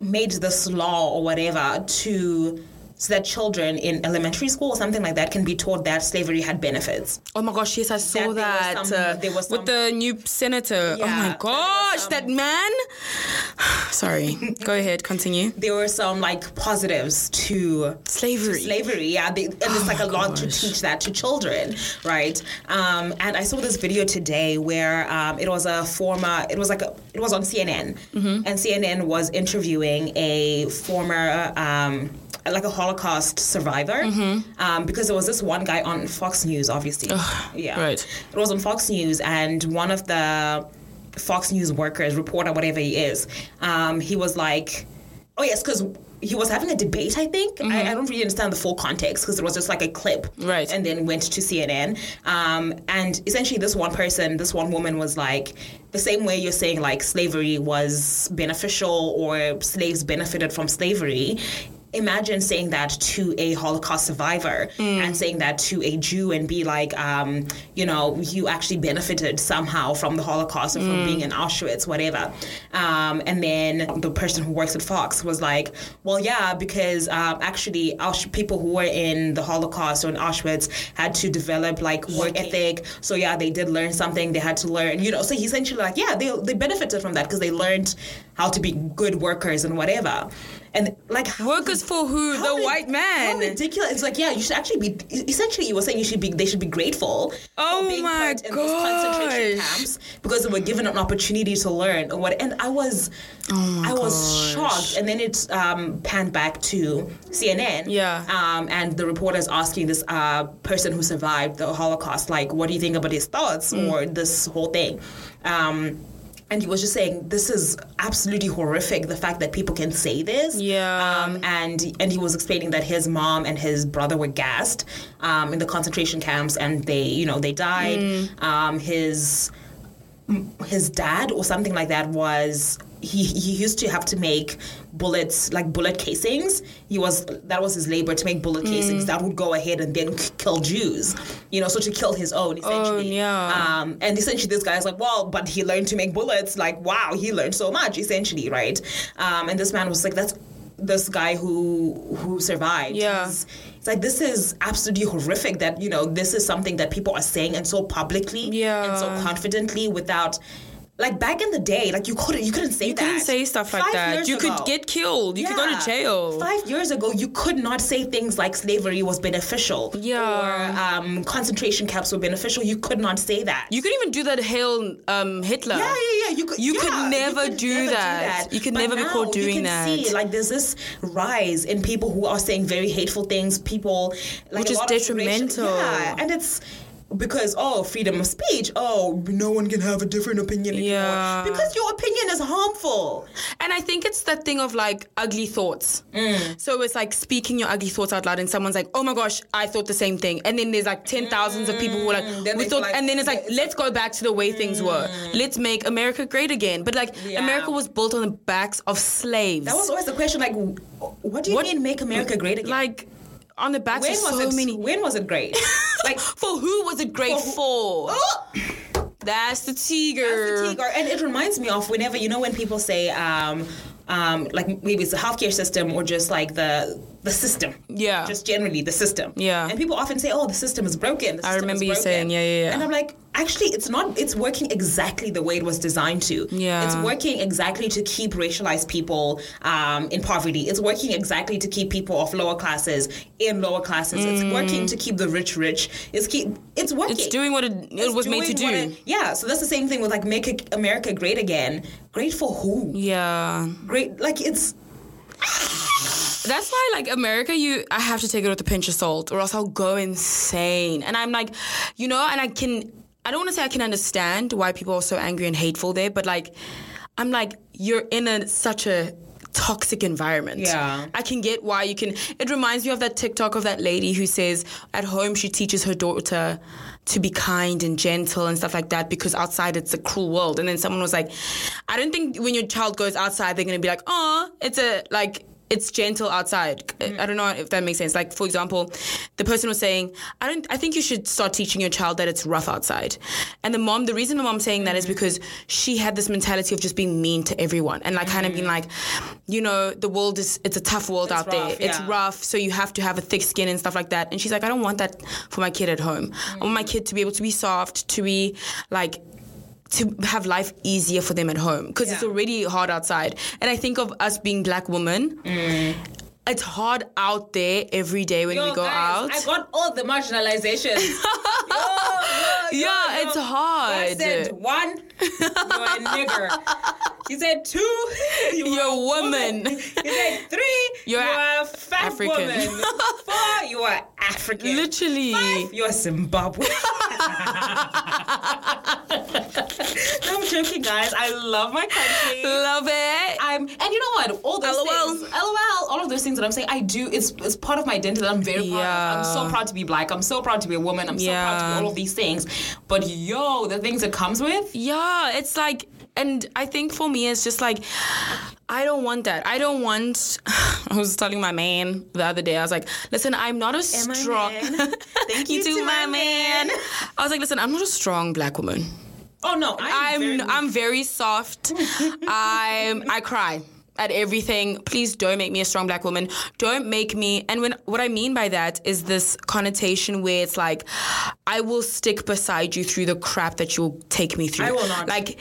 Speaker 2: made this law or whatever to so that children in elementary school or something like that can be taught that slavery had benefits.
Speaker 1: Oh my gosh, yes, I saw
Speaker 2: there
Speaker 1: that.
Speaker 2: was some-
Speaker 1: uh,
Speaker 2: there was
Speaker 1: with the new senator. oh
Speaker 2: Yeah,
Speaker 1: my
Speaker 2: there was
Speaker 1: gosh,
Speaker 2: some-
Speaker 1: that man. Sorry, go ahead, continue.
Speaker 2: There were some like positives to
Speaker 1: Slavery. Oh
Speaker 2: slavery yeah they, and it's like a lot to
Speaker 1: gosh.
Speaker 2: teach that to children right um, and i saw this video today where um, it was a former it was like a, it was on cnn
Speaker 1: Mm-hmm.
Speaker 2: and cnn was interviewing a former um, like a holocaust survivor
Speaker 1: Mm-hmm.
Speaker 2: um, because there was this one guy on fox news obviously yeah
Speaker 1: right.
Speaker 2: it was on fox news and one of the fox news workers reporter whatever he is um, he was like Oh yes, because he was having a debate. I think I, I don't really understand the full context because it was just like a clip,
Speaker 1: Right.
Speaker 2: And then went to CNN. Um, and essentially, this one person, this one woman, was like the same way you're saying like slavery was beneficial or slaves benefited from slavery. Imagine saying that to a Holocaust survivor and saying that to a Jew and be like, um, you know, you actually benefited somehow from the Holocaust or from being in Auschwitz, whatever. Um, and then the person who works at Fox was like, well, yeah, because um, actually Ausch- people who were in the Holocaust or in Auschwitz had to develop like work ethic. So yeah, they did learn something. They had to learn, you know. So he's essentially like, yeah, they, they benefited from that because they learned how to be good workers and whatever. And like how-
Speaker 1: Workers for who?
Speaker 2: how
Speaker 1: the
Speaker 2: rid-
Speaker 1: white man.
Speaker 2: How ridiculous! It's like yeah, you should actually be. Essentially, you were saying you should be. They should be grateful.
Speaker 1: Oh
Speaker 2: for being
Speaker 1: my
Speaker 2: put in those concentration
Speaker 1: gosh.
Speaker 2: camps because they were given an opportunity to learn or what. And I was,
Speaker 1: Oh
Speaker 2: I was shocked. And then it um, panned back to CNN.
Speaker 1: Yeah.
Speaker 2: Um, and the reporters asking this uh, person who
Speaker 1: Mm.
Speaker 2: survived the Holocaust, like, what do you think about his thoughts or this whole thing? Um, and he was just saying this is absolutely horrific the fact that people can say this
Speaker 1: Yeah.
Speaker 2: um, and and he was explaining that his mom and his brother were gassed um, in the concentration camps and they you know they died um, his his dad or something like that was he, he used to have to make bullets like bullet casings he was that was his labor to make bullet casings that would go ahead and then k- kill jews you know so to kill his own essentially
Speaker 1: yeah.
Speaker 2: um, and essentially this guy's like well but he learned to make bullets like wow he learned so much essentially right um, and this man was like that's this guy who who survived
Speaker 1: Yeah.
Speaker 2: He's- it's like this is absolutely horrific that you know this is something that people are saying and so publicly and so
Speaker 1: Yeah.
Speaker 2: confidently without like back in the day like you couldn't you couldn't say
Speaker 1: You
Speaker 2: that
Speaker 1: couldn't say stuff like
Speaker 2: Five
Speaker 1: that.
Speaker 2: years
Speaker 1: You could
Speaker 2: ago.
Speaker 1: get killed. You could go
Speaker 2: Yeah.
Speaker 1: to jail.
Speaker 2: Five years ago, you could not say things like slavery was beneficial
Speaker 1: Yeah.
Speaker 2: or um, concentration camps were beneficial. You could not say that.
Speaker 1: You could even do that hail um, Hitler.
Speaker 2: yeah, yeah, yeah. You could,
Speaker 1: You
Speaker 2: yeah,
Speaker 1: could never
Speaker 2: could
Speaker 1: do that. You could
Speaker 2: But
Speaker 1: never be
Speaker 2: now
Speaker 1: caught doing
Speaker 2: you can
Speaker 1: that.
Speaker 2: See, like there's this rise in people who are saying very hateful things. People, like
Speaker 1: Which
Speaker 2: a
Speaker 1: is
Speaker 2: lot of racial-
Speaker 1: detrimental.
Speaker 2: yeah, and it's. Because oh, freedom of speech. Oh, no one can have a different opinion anymore.
Speaker 1: Yeah.
Speaker 2: Because your opinion is harmful.
Speaker 1: And I think it's that thing of like ugly thoughts.
Speaker 2: Mm.
Speaker 1: So it's like speaking your ugly thoughts out loud, and someone's like, "Oh my gosh, I thought the same thing." And then there's like ten thousands of people who are like,
Speaker 2: Mm, Then
Speaker 1: "We
Speaker 2: they
Speaker 1: thought,"
Speaker 2: like- Mm.
Speaker 1: and then it's like, "Let's go back to the way things were. Let's make America great again." But like,
Speaker 2: Yeah.
Speaker 1: America was built on the backs of slaves.
Speaker 2: That was always the question. Like, w- what do you
Speaker 1: What-
Speaker 2: mean make America great again?
Speaker 1: like on the backs
Speaker 2: when
Speaker 1: of
Speaker 2: was
Speaker 1: so
Speaker 2: it?
Speaker 1: many.
Speaker 2: When was it great? like.
Speaker 1: For who was it great
Speaker 2: For
Speaker 1: for?
Speaker 2: who- Oh!
Speaker 1: That's the
Speaker 2: That's the
Speaker 1: tiger.
Speaker 2: tea, girl. And it reminds me of whenever you know when people say, um, um, like maybe it's the healthcare system or just like the the system.
Speaker 1: Yeah.
Speaker 2: Just generally the system.
Speaker 1: Yeah.
Speaker 2: And people often say, "Oh, the system is broken." The
Speaker 1: I
Speaker 2: system
Speaker 1: remember
Speaker 2: is
Speaker 1: you
Speaker 2: broken."
Speaker 1: saying, yeah, yeah, yeah.
Speaker 2: And I'm like, actually, it's not. It's working exactly the way it was designed to.
Speaker 1: Yeah.
Speaker 2: It's working exactly to keep racialized people um, in poverty. It's working exactly to keep people of lower classes in lower classes. It's working to keep the rich rich. It's keep. It's working
Speaker 1: Mm. It's doing what it, it was made to do.
Speaker 2: doing what it- yeah, so that's the same thing with like make America great again. Great for who?
Speaker 1: yeah.
Speaker 2: Great, like it's
Speaker 1: That's why, like America, you I have to take it with a pinch of salt, or else I'll go insane. And I'm like, you know, and I can I don't want to say I can understand why people are so angry and hateful there, but like, I'm like, you're in a such a toxic environment.
Speaker 2: Yeah.
Speaker 1: I can get why you can. It reminds me of that TikTok of that lady who says at home she teaches her daughter to be kind and gentle and stuff like that because outside it's a cruel world. And then someone was like, I don't think when your child goes outside they're gonna be like, oh, it's a like. It's gentle outside. I don't know if that makes sense. Like, for example, the person was saying, "I don't. I think you should start teaching your child that it's rough outside." And the mom, the reason the mom's saying that is
Speaker 2: Mm-hmm.
Speaker 1: because she had this mentality of just being mean to everyone and like kind of being like, you know, the world is it's a tough world out
Speaker 2: Mm-hmm. rough,
Speaker 1: there. It's
Speaker 2: yeah.
Speaker 1: rough, so you have to have a thick skin and stuff like that. And she's like, I don't want that for my kid at home. I want my
Speaker 2: Mm.
Speaker 1: kid to be able to be soft, to be like to have life easier for them at home because it's
Speaker 2: Yeah.
Speaker 1: already hard outside. And I think of us being black women. It's hard out there every day when
Speaker 2: Mm. Yo,
Speaker 1: we go
Speaker 2: guys,
Speaker 1: out.
Speaker 2: I got all the marginalization.
Speaker 1: yeah, it's
Speaker 2: I
Speaker 1: hard.
Speaker 2: said one, you're a nigger. He said two, you
Speaker 1: You're a woman.
Speaker 2: He said three,
Speaker 1: You're
Speaker 2: you
Speaker 1: a-
Speaker 2: are a fat
Speaker 1: African.
Speaker 2: woman. Four, you are African.
Speaker 1: Literally.
Speaker 2: Five, you're Zimbabwe. I'm joking, guys. I love my country.
Speaker 1: Love it.
Speaker 2: I'm, and you know what? All those
Speaker 1: LOL.
Speaker 2: things, LOL, all of those things that I'm saying, I do. It's it's part of my identity that I'm very proud of. I'm so
Speaker 1: Yeah.
Speaker 2: proud to be black. I'm so proud to be a woman. I'm so proud to
Speaker 1: Yeah.
Speaker 2: be all of these things. But yo, the things it comes with.
Speaker 1: Yeah, it's like, and I think for me, it's just like, I don't want that. I don't want. I was telling my man the other day. I was like, "Listen, I'm not a
Speaker 2: my
Speaker 1: strong."
Speaker 2: man. Thank you
Speaker 1: you
Speaker 2: to
Speaker 1: to
Speaker 2: my
Speaker 1: my man. I was like, "Listen, I'm not a strong black woman.
Speaker 2: Oh no, I'm
Speaker 1: I'm
Speaker 2: very,
Speaker 1: I'm very soft. I'm I cry at everything. Please don't make me a strong black woman. Don't make me and when what I mean by that is this connotation where it's like I will stick beside you through the crap that you'll take me through.
Speaker 2: I will not.
Speaker 1: Like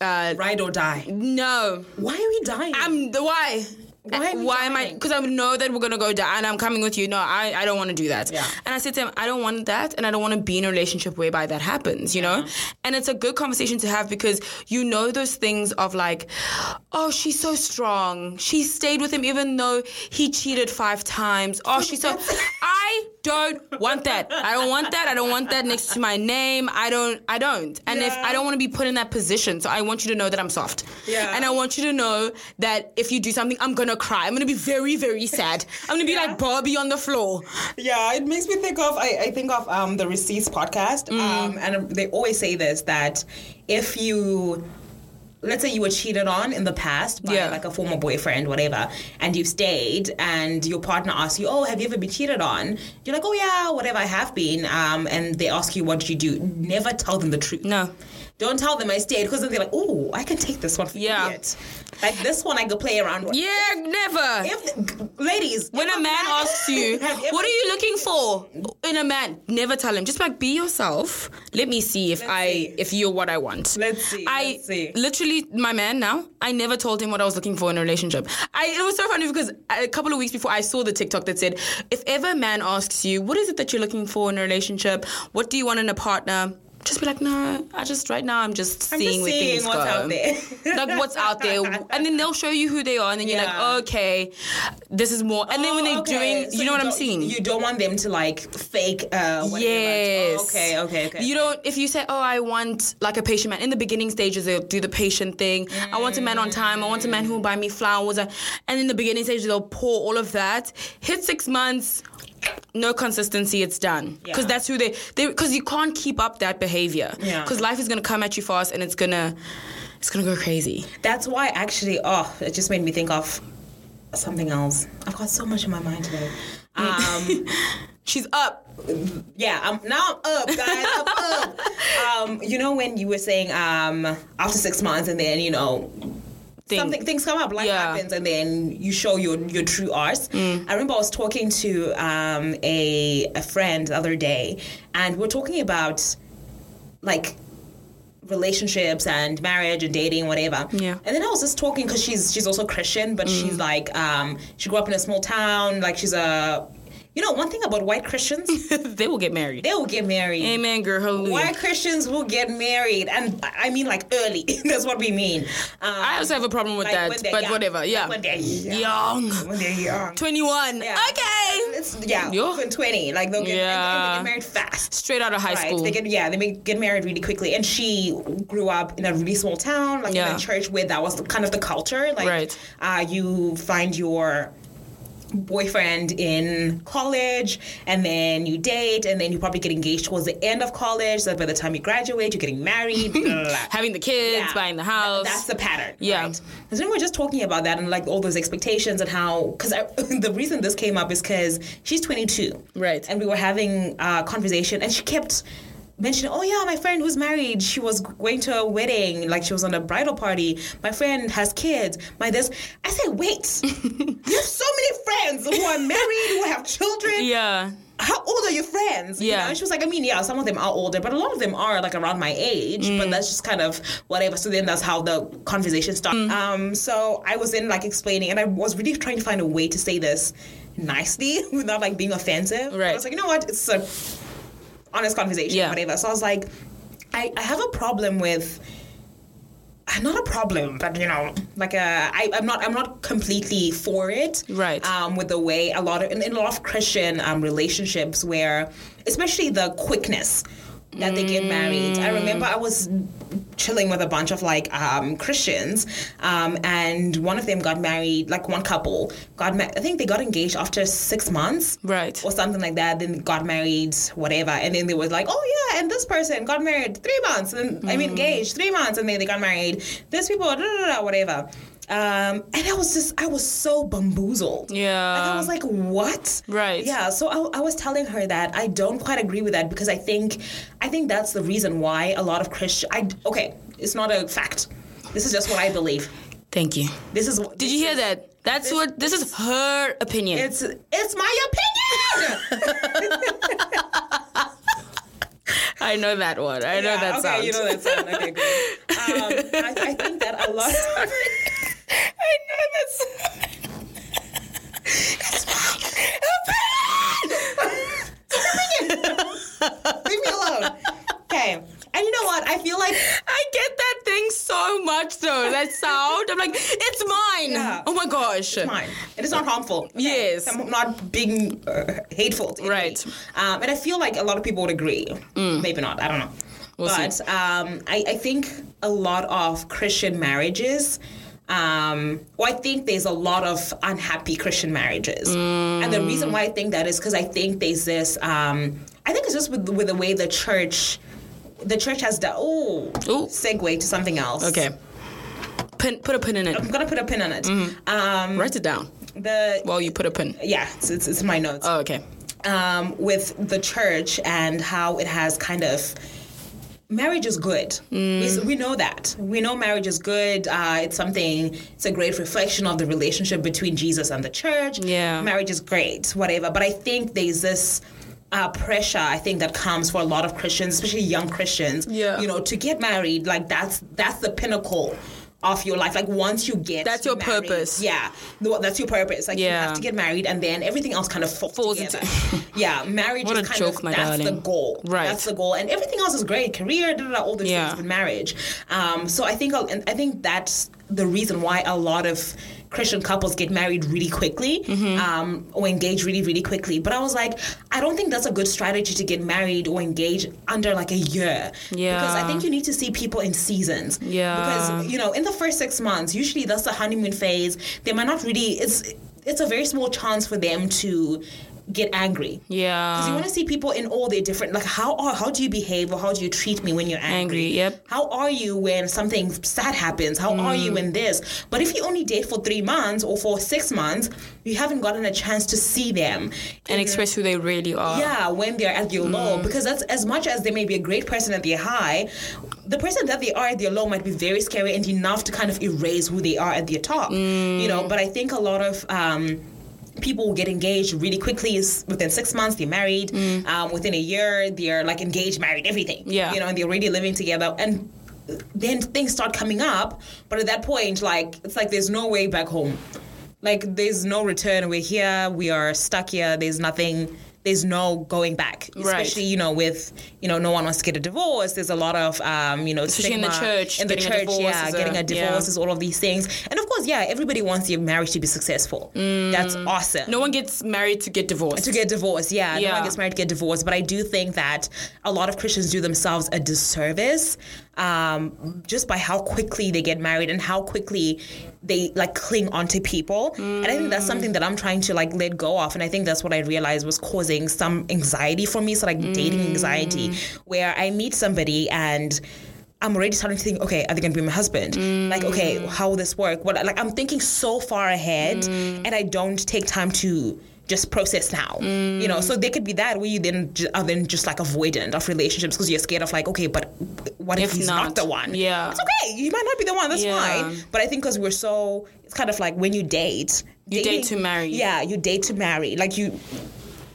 Speaker 2: ride or die.
Speaker 1: no.
Speaker 2: Why are we dying?
Speaker 1: I'm the why.
Speaker 2: Why are we
Speaker 1: why am I?
Speaker 2: dying?
Speaker 1: Because I know that we're gonna go down, and I'm coming with you. No, I, I don't want to do that.
Speaker 2: Yeah.
Speaker 1: And I said to him, I don't want that, and I don't want to be in a relationship whereby that happens. You know, and it's a good conversation to have because you know those things of like, oh, she's so strong. She stayed with him even though he cheated five times. Oh, she's so. I I don't want that. I don't want that. I don't want that next to my name. I don't. I don't. And if
Speaker 2: Yeah.
Speaker 1: I don't want to be put in that position, so I want you to know that I'm soft.
Speaker 2: Yeah.
Speaker 1: And I want you to know that if you do something, I'm gonna cry. I'm gonna be very, very sad. I'm gonna be
Speaker 2: Yeah.
Speaker 1: like Barbie on the floor.
Speaker 2: Yeah, it makes me think of I, I think of um, the Receipts podcast,
Speaker 1: Mm-hmm.
Speaker 2: um, and they always say this that if you let's say you were cheated on in the past by
Speaker 1: Yeah.
Speaker 2: like a former boyfriend, whatever, and you've stayed, and your partner asks you, "Oh, have you ever been cheated on?" You're like, "Oh yeah, whatever, I have been," um, and they ask you, "What did you do?" Never tell them the truth.
Speaker 1: No.
Speaker 2: Don't tell them I stayed because then they're like, "Oh, I can take this one for
Speaker 1: Yeah.
Speaker 2: idiot. Like this one, I could play around with.
Speaker 1: Yeah, never.
Speaker 2: If, ladies,
Speaker 1: when
Speaker 2: if
Speaker 1: a man asks you,
Speaker 2: Have
Speaker 1: what are you looking for in a man? Never tell him. Just like be yourself. Let me see if I
Speaker 2: see.
Speaker 1: if you're what I want.
Speaker 2: Let's see,
Speaker 1: I
Speaker 2: let's see.
Speaker 1: literally my man now. I never told him what I was looking for in a relationship. I it was so funny because a couple of weeks before I saw the TikTok that said, if ever a man asks you, what is it that you're looking for in a relationship? What do you want in a partner? Just be like, no, I just right now I'm just
Speaker 2: I'm just
Speaker 1: seeing where
Speaker 2: seeing
Speaker 1: things
Speaker 2: what's
Speaker 1: go.
Speaker 2: out there.
Speaker 1: like what's out there, and then they'll show you who they are, and then you're like,
Speaker 2: Yeah.
Speaker 1: oh, okay, this is more. And then when they're
Speaker 2: Oh, okay.
Speaker 1: doing,
Speaker 2: So
Speaker 1: you know what I'm
Speaker 2: don't-
Speaker 1: seeing.
Speaker 2: You don't want them to like fake. Uh, whatever.
Speaker 1: Yes.
Speaker 2: Oh, okay. Okay. Okay.
Speaker 1: You don't. If you say, "Oh, I want like a patient man," in the beginning stages they'll do the patient thing. I want a man on time. I want a man who will buy me flowers. I- And in the beginning stages they'll pour all of that. Hit six months, no consistency. It's done because
Speaker 2: Yeah.
Speaker 1: that's who they. They because you can't keep up that behavior.
Speaker 2: Yeah.
Speaker 1: Because life is gonna come at you fast and it's gonna, it's gonna go crazy.
Speaker 2: That's why actually. Oh, it just made me think of something else. I've got so much in my mind today. Um,
Speaker 1: She's up.
Speaker 2: yeah. I'm now I'm up, guys. I'm up. Um, you know when you were saying um, after six months and then you know
Speaker 1: Thing.
Speaker 2: something things come up, life
Speaker 1: Yeah. Mm.
Speaker 2: happens, and then you show your your true arts. I remember I was talking to um, a a friend the other day, and we're talking about like relationships and marriage and dating whatever
Speaker 1: Yeah. Mm.
Speaker 2: and then i was just talking because she's she's also christian but she's like um she grew up in a small town like she's a you know one thing about white christians
Speaker 1: they will get married.
Speaker 2: they will get married
Speaker 1: Amen, girl. Hallelujah.
Speaker 2: white christians will get married and i I mean like early that's what we mean um,
Speaker 1: I also have a problem with
Speaker 2: like
Speaker 1: that,
Speaker 2: when they're
Speaker 1: but
Speaker 2: young.
Speaker 1: whatever.
Speaker 2: Like
Speaker 1: Yeah.
Speaker 2: when they're young.
Speaker 1: Young.
Speaker 2: when they're young.
Speaker 1: 21.
Speaker 2: Yeah.
Speaker 1: Okay.
Speaker 2: It's, yeah,
Speaker 1: Yo.
Speaker 2: when 20. Like, they'll get,
Speaker 1: Yeah.
Speaker 2: and, and they get married fast.
Speaker 1: Straight out of high
Speaker 2: Right.
Speaker 1: school.
Speaker 2: They get yeah, they may get married really quickly. And she grew up in a really small town, like in
Speaker 1: Yeah.
Speaker 2: a church where that was the, kind of the culture. Like
Speaker 1: Right.
Speaker 2: uh, you find your boyfriend in college and then you date and then you probably get engaged towards the end of college. So by the time you graduate, you're getting married, blah, blah, blah.
Speaker 1: Having the kids,
Speaker 2: Yeah.
Speaker 1: buying the
Speaker 2: Th-
Speaker 1: house.
Speaker 2: That's the pattern.
Speaker 1: Yeah.
Speaker 2: Right? And then we we're just talking about that and like all those expectations and how, because the reason this came up is because she's 22.
Speaker 1: Right.
Speaker 2: And we were having a conversation and she kept mentioning, oh yeah, my friend who's married, she was going to a wedding, like she was on a bridal party. My friend has kids. My this. I say, wait, you have so many friends who are married, who have children
Speaker 1: yeah.
Speaker 2: how old are your friends? You
Speaker 1: Yeah.
Speaker 2: know? And she was like, I mean, yeah, some of them are older, but a lot of them are like around my age,
Speaker 1: Mm.
Speaker 2: but that's just kind of whatever. So then that's how the conversation
Speaker 1: Mm.
Speaker 2: started. Um, so I was in like explaining, and I was really trying to find a way to say this nicely without like being offensive.
Speaker 1: Right.
Speaker 2: I was like, you know what? It's a honest conversation,
Speaker 1: Yeah.
Speaker 2: whatever. So I was like, I, I have a problem with uh, not a problem, but you know, like uh, I, I'm not I'm not completely for it,
Speaker 1: Right.
Speaker 2: Um, with the way a lot of in, in a lot of Christian um, relationships, where especially the quickness that they get married. I remember I was chilling with a bunch of like um, Christians, um, and one of them got married, like one couple got ma- I think they got engaged after six months,
Speaker 1: Right.
Speaker 2: or something like that. Then got married, whatever, and then they was like, oh yeah, and this person got married three months, and I mean engaged three months, and then they got married. These people, da, da, da, whatever. Um, and I was just, I was so bamboozled.
Speaker 1: Yeah.
Speaker 2: Like, I was like, what?
Speaker 1: Right.
Speaker 2: Yeah. So I, I was telling her that I don't quite agree with that because I think, I think that's the reason why a lot of Christian. I okay, it's not a fact. This is just what I believe.
Speaker 1: Thank you.
Speaker 2: This is.
Speaker 1: Did you hear that? That's what this is her opinion.
Speaker 2: It's it's my opinion.
Speaker 1: I know that one. I know that
Speaker 2: okay,
Speaker 1: sound.
Speaker 2: you know that sound. Okay, good. Um, I, I think that a lot.
Speaker 1: I know that sound.
Speaker 2: Leave me alone. Okay. And you know what? I feel like
Speaker 1: I get that thing so much much though. That sound. I'm like, it's mine.
Speaker 2: Yeah.
Speaker 1: Oh my gosh.
Speaker 2: It's mine. It is not harmful. Okay.
Speaker 1: Yes.
Speaker 2: I'm not being uh, hateful. To anybody.
Speaker 1: Right. Mm.
Speaker 2: Um, and I feel like a lot of people would agree. Maybe not. I don't know.
Speaker 1: We'll
Speaker 2: but
Speaker 1: see.
Speaker 2: um, I, I think a lot of Christian marriages. Um, well, I think there's a lot of unhappy Christian marriages, and the reason why I think that is because I think there's this. Um, I think it's just with, with the way the church, the church has done. Oh,
Speaker 1: Ooh.
Speaker 2: segue to something else.
Speaker 1: Okay. Pin, put a pin in it.
Speaker 2: I'm gonna put a pin on it.
Speaker 1: Mm-hmm.
Speaker 2: Um,
Speaker 1: Write it down.
Speaker 2: the
Speaker 1: Well, you put a pin.
Speaker 2: yeah, it's, it's, it's my notes.
Speaker 1: Oh, okay.
Speaker 2: Um, with the church and how it has kind of. Marriage is good. We, s- we know that. We know marriage is good. Uh, it's something, it's a great reflection of the relationship between Jesus and the church.
Speaker 1: Yeah.
Speaker 2: Marriage is great, whatever. But I think there's this uh, pressure, I think, that comes for a lot of Christians, especially young Christians,
Speaker 1: Yeah.
Speaker 2: you know, to get married. Like, that's that's the pinnacle of your life. Like, once you get
Speaker 1: That's your
Speaker 2: married-
Speaker 1: purpose.
Speaker 2: Yeah. No, That's your purpose. Like, you
Speaker 1: Yeah.
Speaker 2: have to get married, and then everything else kind of falls
Speaker 1: Falls
Speaker 2: together.
Speaker 1: into-
Speaker 2: yeah, marriage
Speaker 1: What
Speaker 2: is
Speaker 1: a
Speaker 2: kind
Speaker 1: joke,
Speaker 2: of
Speaker 1: my
Speaker 2: that's the
Speaker 1: darling.
Speaker 2: goal.
Speaker 1: Right.
Speaker 2: That's the goal, and everything else is great. Career, da, da, da, all the
Speaker 1: Yeah.
Speaker 2: things with marriage. Um, so I think and I think that's the reason why a lot of Christian couples get married really quickly
Speaker 1: Mm-hmm.
Speaker 2: um, or engage really really quickly. But I was like, I don't think that's a good strategy to get married or engage under like a year. Because I
Speaker 1: Yeah.
Speaker 2: think you need to see people in seasons.
Speaker 1: Yeah.
Speaker 2: Because you know, in the first six months, usually that's the honeymoon phase. They might not really. It's it's a very small chance for them to get angry. Because you
Speaker 1: Yeah.
Speaker 2: want to see people in all their different, like how are how do you behave or how do you treat me when you're angry?
Speaker 1: Angry, yep.
Speaker 2: How are you when something sad happens? How are you
Speaker 1: Mm.
Speaker 2: in this? But if you only date for three months or for six months, you haven't gotten a chance to see them.
Speaker 1: And express who they really are.
Speaker 2: Yeah, when they're at their low, because that's as much as they may be a great person at their high, the person that they are at their low might be very scary and enough to kind of erase who they are at their top. You know, but I think a lot of. Um, People will get engaged really quickly. S- Within six months, they're married. Um, within a year, they're like engaged, married, everything.
Speaker 1: Yeah.
Speaker 2: you know, and they're already living together. And then things start coming up. But at that point, like it's like there's no way back home. Like there's no return. We're here. We are stuck here. There's nothing. There's no going back.
Speaker 1: Right.
Speaker 2: Especially you know with you know no one wants to get a divorce. There's a lot of um, you know
Speaker 1: Especially in the
Speaker 2: stigma.
Speaker 1: church,
Speaker 2: in the
Speaker 1: getting a
Speaker 2: church,
Speaker 1: divorce
Speaker 2: yeah,
Speaker 1: is a-
Speaker 2: getting a
Speaker 1: yeah.
Speaker 2: divorce is all of these things. And of course, yeah, everybody wants their marriage to be successful.
Speaker 1: Mm.
Speaker 2: That's awesome
Speaker 1: No one gets married to get divorced.
Speaker 2: to get divorced. Yeah, no one
Speaker 1: Yeah.
Speaker 2: gets married to get divorced. But I do think that a lot of Christians do themselves a disservice um, just by how quickly they get married and how quickly they like cling onto people. And I think that's something that I'm trying to like let go of. And I think that's what I realized was causing some anxiety for me. So like dating anxiety, where I meet somebody and. I'm already starting to think, okay, are they gonna be my husband? Like,
Speaker 1: Mm.
Speaker 2: okay, how will this work? What like I'm thinking so far ahead
Speaker 1: Mm.
Speaker 2: and I don't take time to just process now. You know, so there could be that where you then ju- are then just like avoidant of relationships because you're scared of like, okay, but what if,
Speaker 1: If
Speaker 2: he's not.
Speaker 1: not,
Speaker 2: the one?
Speaker 1: yeah.
Speaker 2: It's okay. You might not be the one, that's
Speaker 1: Yeah.
Speaker 2: fine. But I think because we're so it's kind of like when you date
Speaker 1: You date to marry.
Speaker 2: Yeah, you date to marry. Like you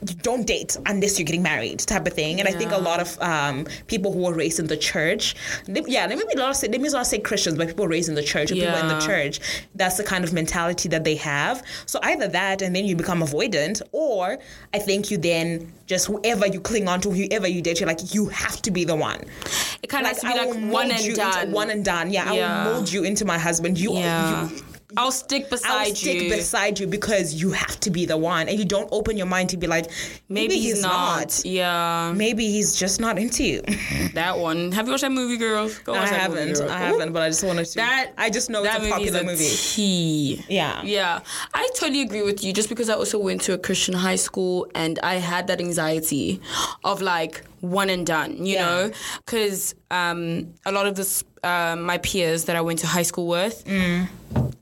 Speaker 2: you don't date unless you're getting married type of thing and i think a
Speaker 1: Yeah.
Speaker 2: lot of um, people who were raised in the church they, yeah let me not say let me not say christians but people raised in the church or people in the
Speaker 1: Yeah.
Speaker 2: church that's the kind of mentality that they have so either that and then you become avoidant or i think you then just whoever you cling on to whoever you date you're like you have to be the one
Speaker 1: It kind of has to
Speaker 2: I
Speaker 1: be
Speaker 2: will
Speaker 1: like
Speaker 2: mold
Speaker 1: one
Speaker 2: you
Speaker 1: and
Speaker 2: into
Speaker 1: done.
Speaker 2: one and done
Speaker 1: Yeah.
Speaker 2: yeah, i will mold you into my husband you,
Speaker 1: yeah.
Speaker 2: you
Speaker 1: I'll stick beside
Speaker 2: I'll stick
Speaker 1: you.
Speaker 2: beside you because you have to be the one, and you don't open your mind to be like, maybe, he's, not.
Speaker 1: Yeah,
Speaker 2: Maybe he's just not into you.
Speaker 1: that one. Have you watched that movie, girls? Go watch
Speaker 2: I
Speaker 1: that movie,
Speaker 2: haven't.
Speaker 1: girls.
Speaker 2: I haven't. But I just wanted to.
Speaker 1: That
Speaker 2: I just know
Speaker 1: that
Speaker 2: it's a popular
Speaker 1: movie.
Speaker 2: movie.
Speaker 1: is a tea.
Speaker 2: Yeah.
Speaker 1: Yeah, I totally agree with you. Just because I also went to a Christian high school and I had that anxiety of like one and done, you
Speaker 2: Yeah.
Speaker 1: know, because um, a lot of this, um my peers that I went to high school with,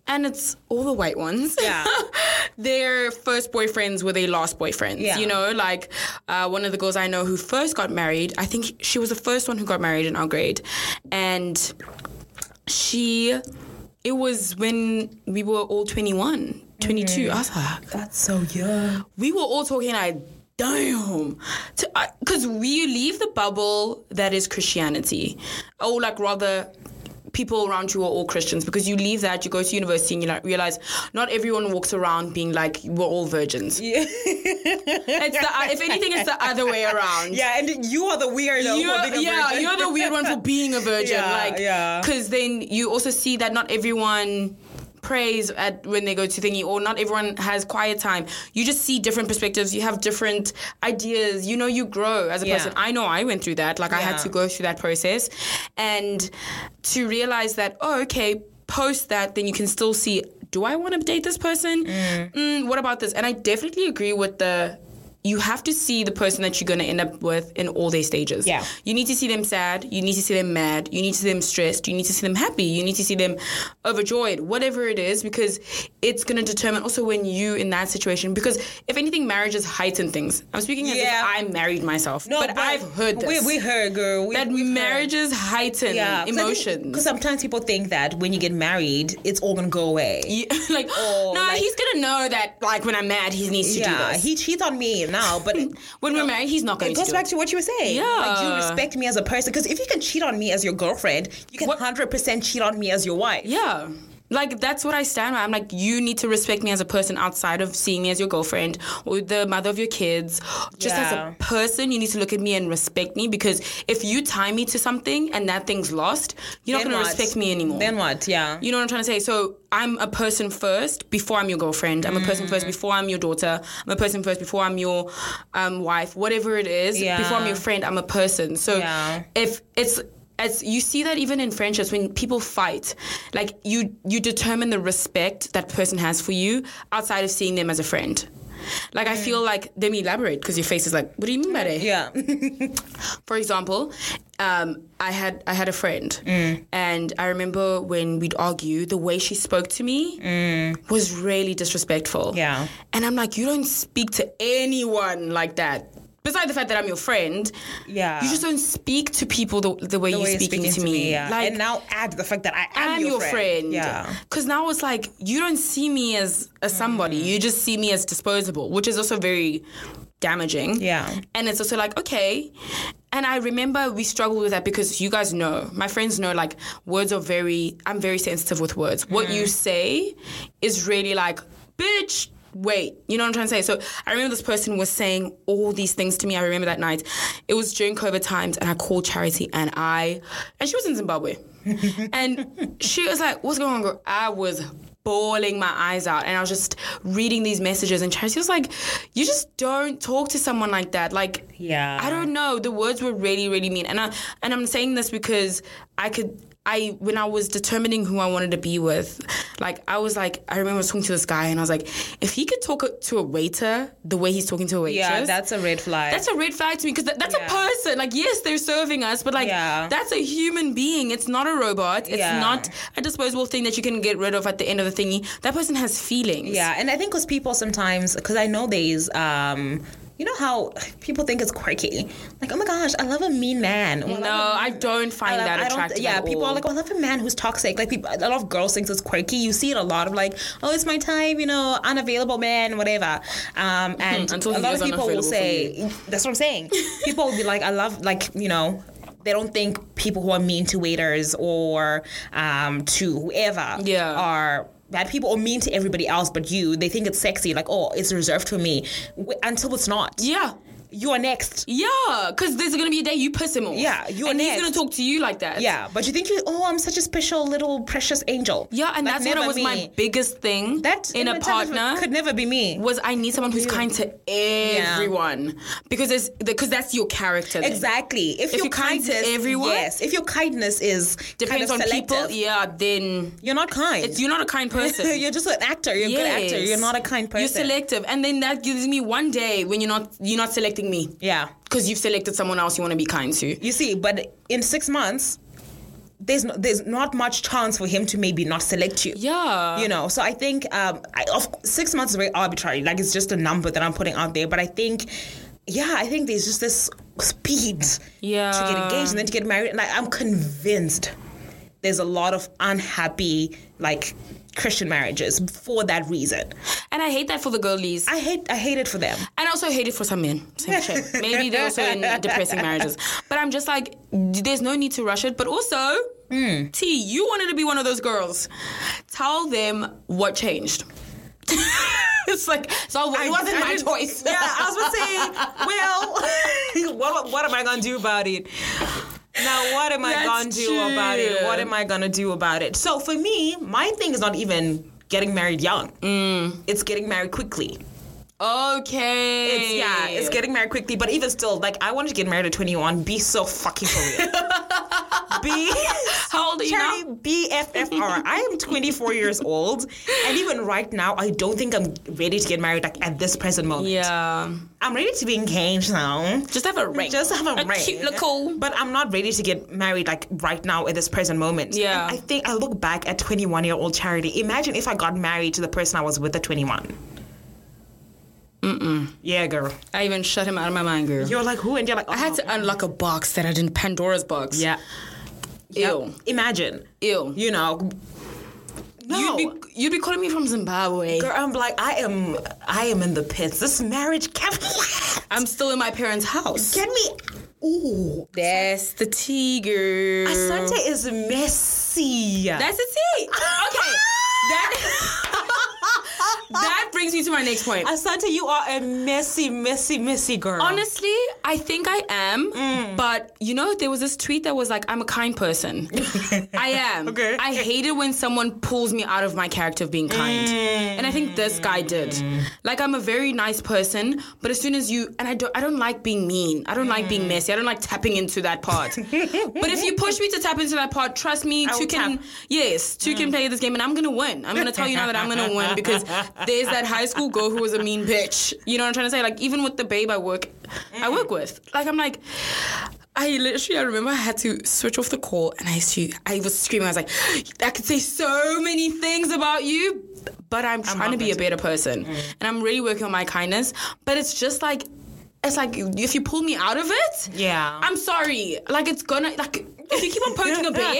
Speaker 1: and it's all the white ones.
Speaker 2: Mm. Yeah.
Speaker 1: Their first boyfriends were their last boyfriends.
Speaker 2: Yeah.
Speaker 1: You know, like uh, one of the girls I know who first got married, I think she was the first one who got married in our grade. And she it was when we were all 21 22 i was like
Speaker 2: That's so young.
Speaker 1: we were all talking like damn because we leave the bubble that is christianity or like rather people around you are all Christians because you leave that, you go to university, and you like, realize not everyone walks around being like we're all virgins.
Speaker 2: Yeah.
Speaker 1: It's the, if anything, it's the other way around.
Speaker 2: yeah, and you are the weirdo. for being
Speaker 1: You're,
Speaker 2: a
Speaker 1: yeah,
Speaker 2: virgin.
Speaker 1: you're the weird one for being a virgin.
Speaker 2: Yeah,
Speaker 1: like,
Speaker 2: yeah.
Speaker 1: Because then you also see that not everyone prays at when they go to thingy, or not everyone has quiet time. You just see different perspectives. You have different ideas. You know, you grow as a
Speaker 2: Yeah.
Speaker 1: person. I know I went through that. Like, I had
Speaker 2: Yeah.
Speaker 1: to go through that process, and to realize that, oh, okay, post that, then you can still see. Do I want to date this person? Mm, what about this? And I definitely agree with the. You have to see the person that you're going to end up with in all their stages.
Speaker 2: Yeah.
Speaker 1: You need to see them sad. You need to see them mad. You need to see them stressed. You need to see them happy. You need to see them overjoyed, whatever it is, because it's going to determine also when you in that situation. Because if anything, marriages heighten things. I'm speaking as
Speaker 2: Yeah.
Speaker 1: if I married myself, but, I've heard this.
Speaker 2: We, we heard, girl. We,
Speaker 1: that
Speaker 2: we've heard.
Speaker 1: marriages heighten
Speaker 2: Because
Speaker 1: emotions.
Speaker 2: sometimes people think that when you get married, it's all gonna go away.
Speaker 1: Yeah, like, no,
Speaker 2: Or, Oh, like-
Speaker 1: he's gonna know that. Like when I'm mad, he needs to do
Speaker 2: yeah,
Speaker 1: this.
Speaker 2: he cheats on me now, but it,
Speaker 1: when we're married, he's not going
Speaker 2: it
Speaker 1: to
Speaker 2: goes
Speaker 1: do
Speaker 2: back
Speaker 1: it.
Speaker 2: to what you were saying. like you
Speaker 1: Yeah.
Speaker 2: respect me as a person. Because if you can cheat on me as your girlfriend, you can
Speaker 1: What-
Speaker 2: hundred percent cheat on me as your wife.
Speaker 1: Yeah. Like that's what I stand by. I'm like, you need to respect me as a person outside of seeing me as your girlfriend or the mother of your kids. Just as
Speaker 2: Yeah.
Speaker 1: a person, you need to look at me and respect me because if you tie me to something and that thing's lost, you're
Speaker 2: Then
Speaker 1: not gonna
Speaker 2: what?
Speaker 1: respect me anymore.
Speaker 2: Then what? Yeah.
Speaker 1: you know what I'm trying to say? So I'm a person first before I'm your girlfriend. I'm a person
Speaker 2: Mm.
Speaker 1: first before I'm your daughter. I'm a person first before I'm your um, wife. Whatever it is,
Speaker 2: Yeah.
Speaker 1: before I'm your friend, I'm a person. So
Speaker 2: Yeah.
Speaker 1: if it's as you see that even in friendships when people fight, like you you determine the respect that person has for you outside of seeing them as a friend. Like
Speaker 2: Mm.
Speaker 1: I feel like let me elaborate because your face is like, what do you mean by that?
Speaker 2: yeah.
Speaker 1: for example, um, I had I had a friend, and I remember when we'd argue, the way she spoke to me was really disrespectful.
Speaker 2: Yeah.
Speaker 1: and I'm like, you don't speak to anyone like that. Besides the fact that I'm your friend,
Speaker 2: Yeah.
Speaker 1: you just don't speak to people the, the way you're
Speaker 2: way you're
Speaker 1: speaking, to me.
Speaker 2: yeah.
Speaker 1: Like,
Speaker 2: and now add the fact that I am,
Speaker 1: I'm your, friend.
Speaker 2: Yeah.
Speaker 1: Because now it's like, you don't see me as a somebody. You just see me as disposable, which is also very damaging.
Speaker 2: Yeah.
Speaker 1: And it's also like, okay. And I remember we struggled with that because you guys know, my friends know, like, words are very, I'm very sensitive with words. What you say is really like, bitch. Wait, you know what I'm trying to say? So I remember this person was saying all these things to me. I remember that night. It was during COVID times and I called charity and I and she was in Zimbabwe. and she was like, "What's going on?" Girl? I was bawling my eyes out, and I was just reading these messages. And Chelsea was like, "You just don't talk to someone like that." Like,
Speaker 2: Yeah.
Speaker 1: I don't know. The words were really, really mean, and I and I'm saying this because I could. I when I was determining who I wanted to be with, like I was like I remember talking to this guy and I was like, if he could talk to a waiter the way he's talking to a waitress,
Speaker 2: Yeah, that's a red flag.
Speaker 1: that's a red flag to me because that, that's
Speaker 2: Yeah.
Speaker 1: a person. Like, yes, they're serving us, but like,
Speaker 2: Yeah.
Speaker 1: that's a human being. It's not a robot. It's
Speaker 2: Yeah.
Speaker 1: not a disposable thing that you can get rid of at the end of the thingy. That person has feelings.
Speaker 2: Yeah, and I think because people sometimes, because I know there's, um, you know how people think it's quirky. Like, oh my gosh, I love a mean man. Or, "I love
Speaker 1: No,
Speaker 2: a
Speaker 1: I
Speaker 2: mean-
Speaker 1: don't find
Speaker 2: love-
Speaker 1: that
Speaker 2: I don't-
Speaker 1: attractive.
Speaker 2: Yeah,
Speaker 1: at
Speaker 2: people
Speaker 1: all.
Speaker 2: are like, oh, I love a man who's toxic. Like, people, a lot of girls think it's quirky. You see it a lot of like, oh, it's my time, you know, unavailable man, whatever. Um, and
Speaker 1: Hmm, Until
Speaker 2: a
Speaker 1: he
Speaker 2: lot
Speaker 1: is
Speaker 2: of people will
Speaker 1: unavailable for
Speaker 2: say, that's what I'm saying. people will be like, I love, like, you know, they don't think people who are mean to waiters or um, to whoever
Speaker 1: Yeah.
Speaker 2: are bad people or mean to everybody else but you. They think it's sexy, like, oh, it's reserved for me, w- until it's not.
Speaker 1: Yeah.
Speaker 2: You are next.
Speaker 1: Yeah, because there's gonna be a day you piss him off.
Speaker 2: Yeah, you're
Speaker 1: and
Speaker 2: next.
Speaker 1: he's gonna talk to you like that.
Speaker 2: Yeah, but you think you, oh, I'm such a special little precious angel.
Speaker 1: yeah, and
Speaker 2: Like,
Speaker 1: that's what
Speaker 2: never
Speaker 1: was my
Speaker 2: me.
Speaker 1: biggest thing
Speaker 2: that
Speaker 1: in a
Speaker 2: my time,
Speaker 1: partner.
Speaker 2: could never be me.
Speaker 1: was I need someone who's kind to everyone because it's because that's your character. then.
Speaker 2: Exactly. If,
Speaker 1: If
Speaker 2: your
Speaker 1: you're kind to
Speaker 2: kindness,
Speaker 1: everyone-
Speaker 2: yes. If your kindness is
Speaker 1: Depends
Speaker 2: kind of
Speaker 1: on people.
Speaker 2: selective,
Speaker 1: Yeah, then
Speaker 2: you're not kind.
Speaker 1: you're not a kind person.
Speaker 2: you're just an actor. You're a good actor.
Speaker 1: Yes.
Speaker 2: You're not a kind person.
Speaker 1: You're selective, and then that gives me one day when you're not you're not selecting me
Speaker 2: Yeah.
Speaker 1: because you've selected someone else you want to be kind to.
Speaker 2: You see, but in six months, there's no, there's not much chance for him to maybe not select you.
Speaker 1: Yeah,
Speaker 2: You know, so I think um, I, of, six months is very arbitrary. Like it's just a number that I'm putting out there. But I think, yeah, I think there's just this speed
Speaker 1: yeah.
Speaker 2: to get engaged and then to get married. And I, I'm convinced there's a lot of unhappy like Christian marriages for that reason.
Speaker 1: And I hate that for the girlies.
Speaker 2: I hate I hate it for them.
Speaker 1: And I also hate it for some men. Same shit. Maybe they're also in depressing marriages. But I'm just like, there's no need to rush it. But also,
Speaker 2: Hmm.
Speaker 1: T, you wanted to be one of those girls. Tell them what changed. it's like, so it wasn't
Speaker 2: I
Speaker 1: my
Speaker 2: didn't-
Speaker 1: choice.
Speaker 2: Yeah, I was gonna say, well, what, what am I gonna do about it? Now, what am I
Speaker 1: That's
Speaker 2: gonna do about it?
Speaker 1: true.
Speaker 2: What am I gonna do about it? So for me, my thing is not even getting married young.
Speaker 1: Mm.
Speaker 2: It's getting married quickly.
Speaker 1: okay.
Speaker 2: It's yeah, it's getting married quickly. But even still, like I wanted to get married at 21. Be so fucking for real. be
Speaker 1: How old are you now?
Speaker 2: Cherry BFFR. I am 24 years old, and even right now, I don't think I'm ready to get married. Like at this present moment,
Speaker 1: Yeah.
Speaker 2: I'm ready to be engaged now.
Speaker 1: Just have a ring.
Speaker 2: Just have a,
Speaker 1: a
Speaker 2: ring.
Speaker 1: cute little.
Speaker 2: But I'm not ready to get married like right now at this present moment.
Speaker 1: Yeah.
Speaker 2: And I think I look back at 21 year old charity. Imagine if I got married to the person I was with at 21. Mm-mm. Yeah, girl.
Speaker 1: I even shut him out of my mind, girl.
Speaker 2: You're like who? And you're like oh.
Speaker 1: I had to unlock a box that I didn't Pandora's box.
Speaker 2: Yeah.
Speaker 1: Ew.
Speaker 2: Imagine.
Speaker 1: Ew.
Speaker 2: You know. No.
Speaker 1: You'd be you'd be calling me from Zimbabwe.
Speaker 2: Girl, I'm like, I am, I am in the pits. This marriage kept
Speaker 1: I'm still in my parents' house.
Speaker 2: get me. Ooh,
Speaker 1: That's the tea, girl.
Speaker 2: Asante is messy.
Speaker 1: That's the tea. Okay. that that brings me to my next point.
Speaker 2: Asante, you are a messy, messy, messy girl.
Speaker 1: Honestly, I think I am,
Speaker 2: Mm.
Speaker 1: but you know, there was this tweet that was like, "I'm a kind person." I am.
Speaker 2: Okay.
Speaker 1: I hate it when someone pulls me out of my character of being kind,
Speaker 2: Mm.
Speaker 1: and I think this guy did. Like, I'm a very nice person, but as soon as you and I don't, I don't like being mean. I don't like
Speaker 2: Mm.
Speaker 1: being messy. I don't like tapping into that part. but if you push me to tap into that part, trust me,
Speaker 2: will
Speaker 1: two can
Speaker 2: tap. Mm.
Speaker 1: yes, two can play this game, and I'm gonna win. I'm gonna tell you now that I'm gonna win because there's that high school girl who was a mean bitch. You know what I'm trying to say? Like, even with the babe I work, I work
Speaker 2: Mm.
Speaker 1: with, like, I'm like. I literally, I remember I had to switch off the call and I used to, I was screaming. I was like, I could say so many things about you, but I'm trying to be a better person.
Speaker 2: Mm.
Speaker 1: And I'm really working on my kindness. But it's just like, it's like, if you pull me out of it,
Speaker 2: Yeah.
Speaker 1: I'm sorry. Like, it's gonna, like, if you keep on poking a bear,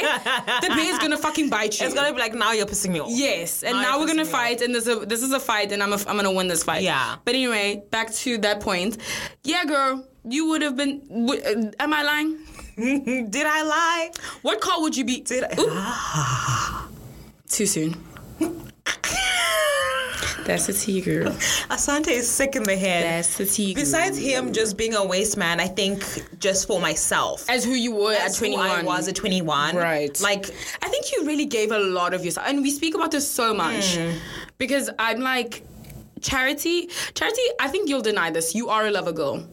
Speaker 1: the bear's gonna fucking bite you.
Speaker 2: it's gonna be like now you're pissing me off.
Speaker 1: Yes, and
Speaker 2: Now
Speaker 1: now
Speaker 2: it
Speaker 1: we're gonna
Speaker 2: pisses me off.
Speaker 1: fight, and this is a, this is a fight, and I'm a, I'm gonna win this fight.
Speaker 2: Yeah.
Speaker 1: But anyway, back to that point. Yeah, girl, you would have been. W- uh, am I lying?
Speaker 2: Did I lie?
Speaker 1: What call would you be?
Speaker 2: Did I?
Speaker 1: Oop. Too soon. That's a tea girl.
Speaker 2: Asante is sick in the head.
Speaker 1: That's the tea girl.
Speaker 2: Besides him just being a waste man, I think just for myself.
Speaker 1: as who you were at
Speaker 2: That's who
Speaker 1: 21.
Speaker 2: I was at 21.
Speaker 1: Right.
Speaker 2: Like,
Speaker 1: I think you really gave a lot of yourself, and we speak about this so much because I'm like, charity, charity. I think you'll deny this. You are a lover girl.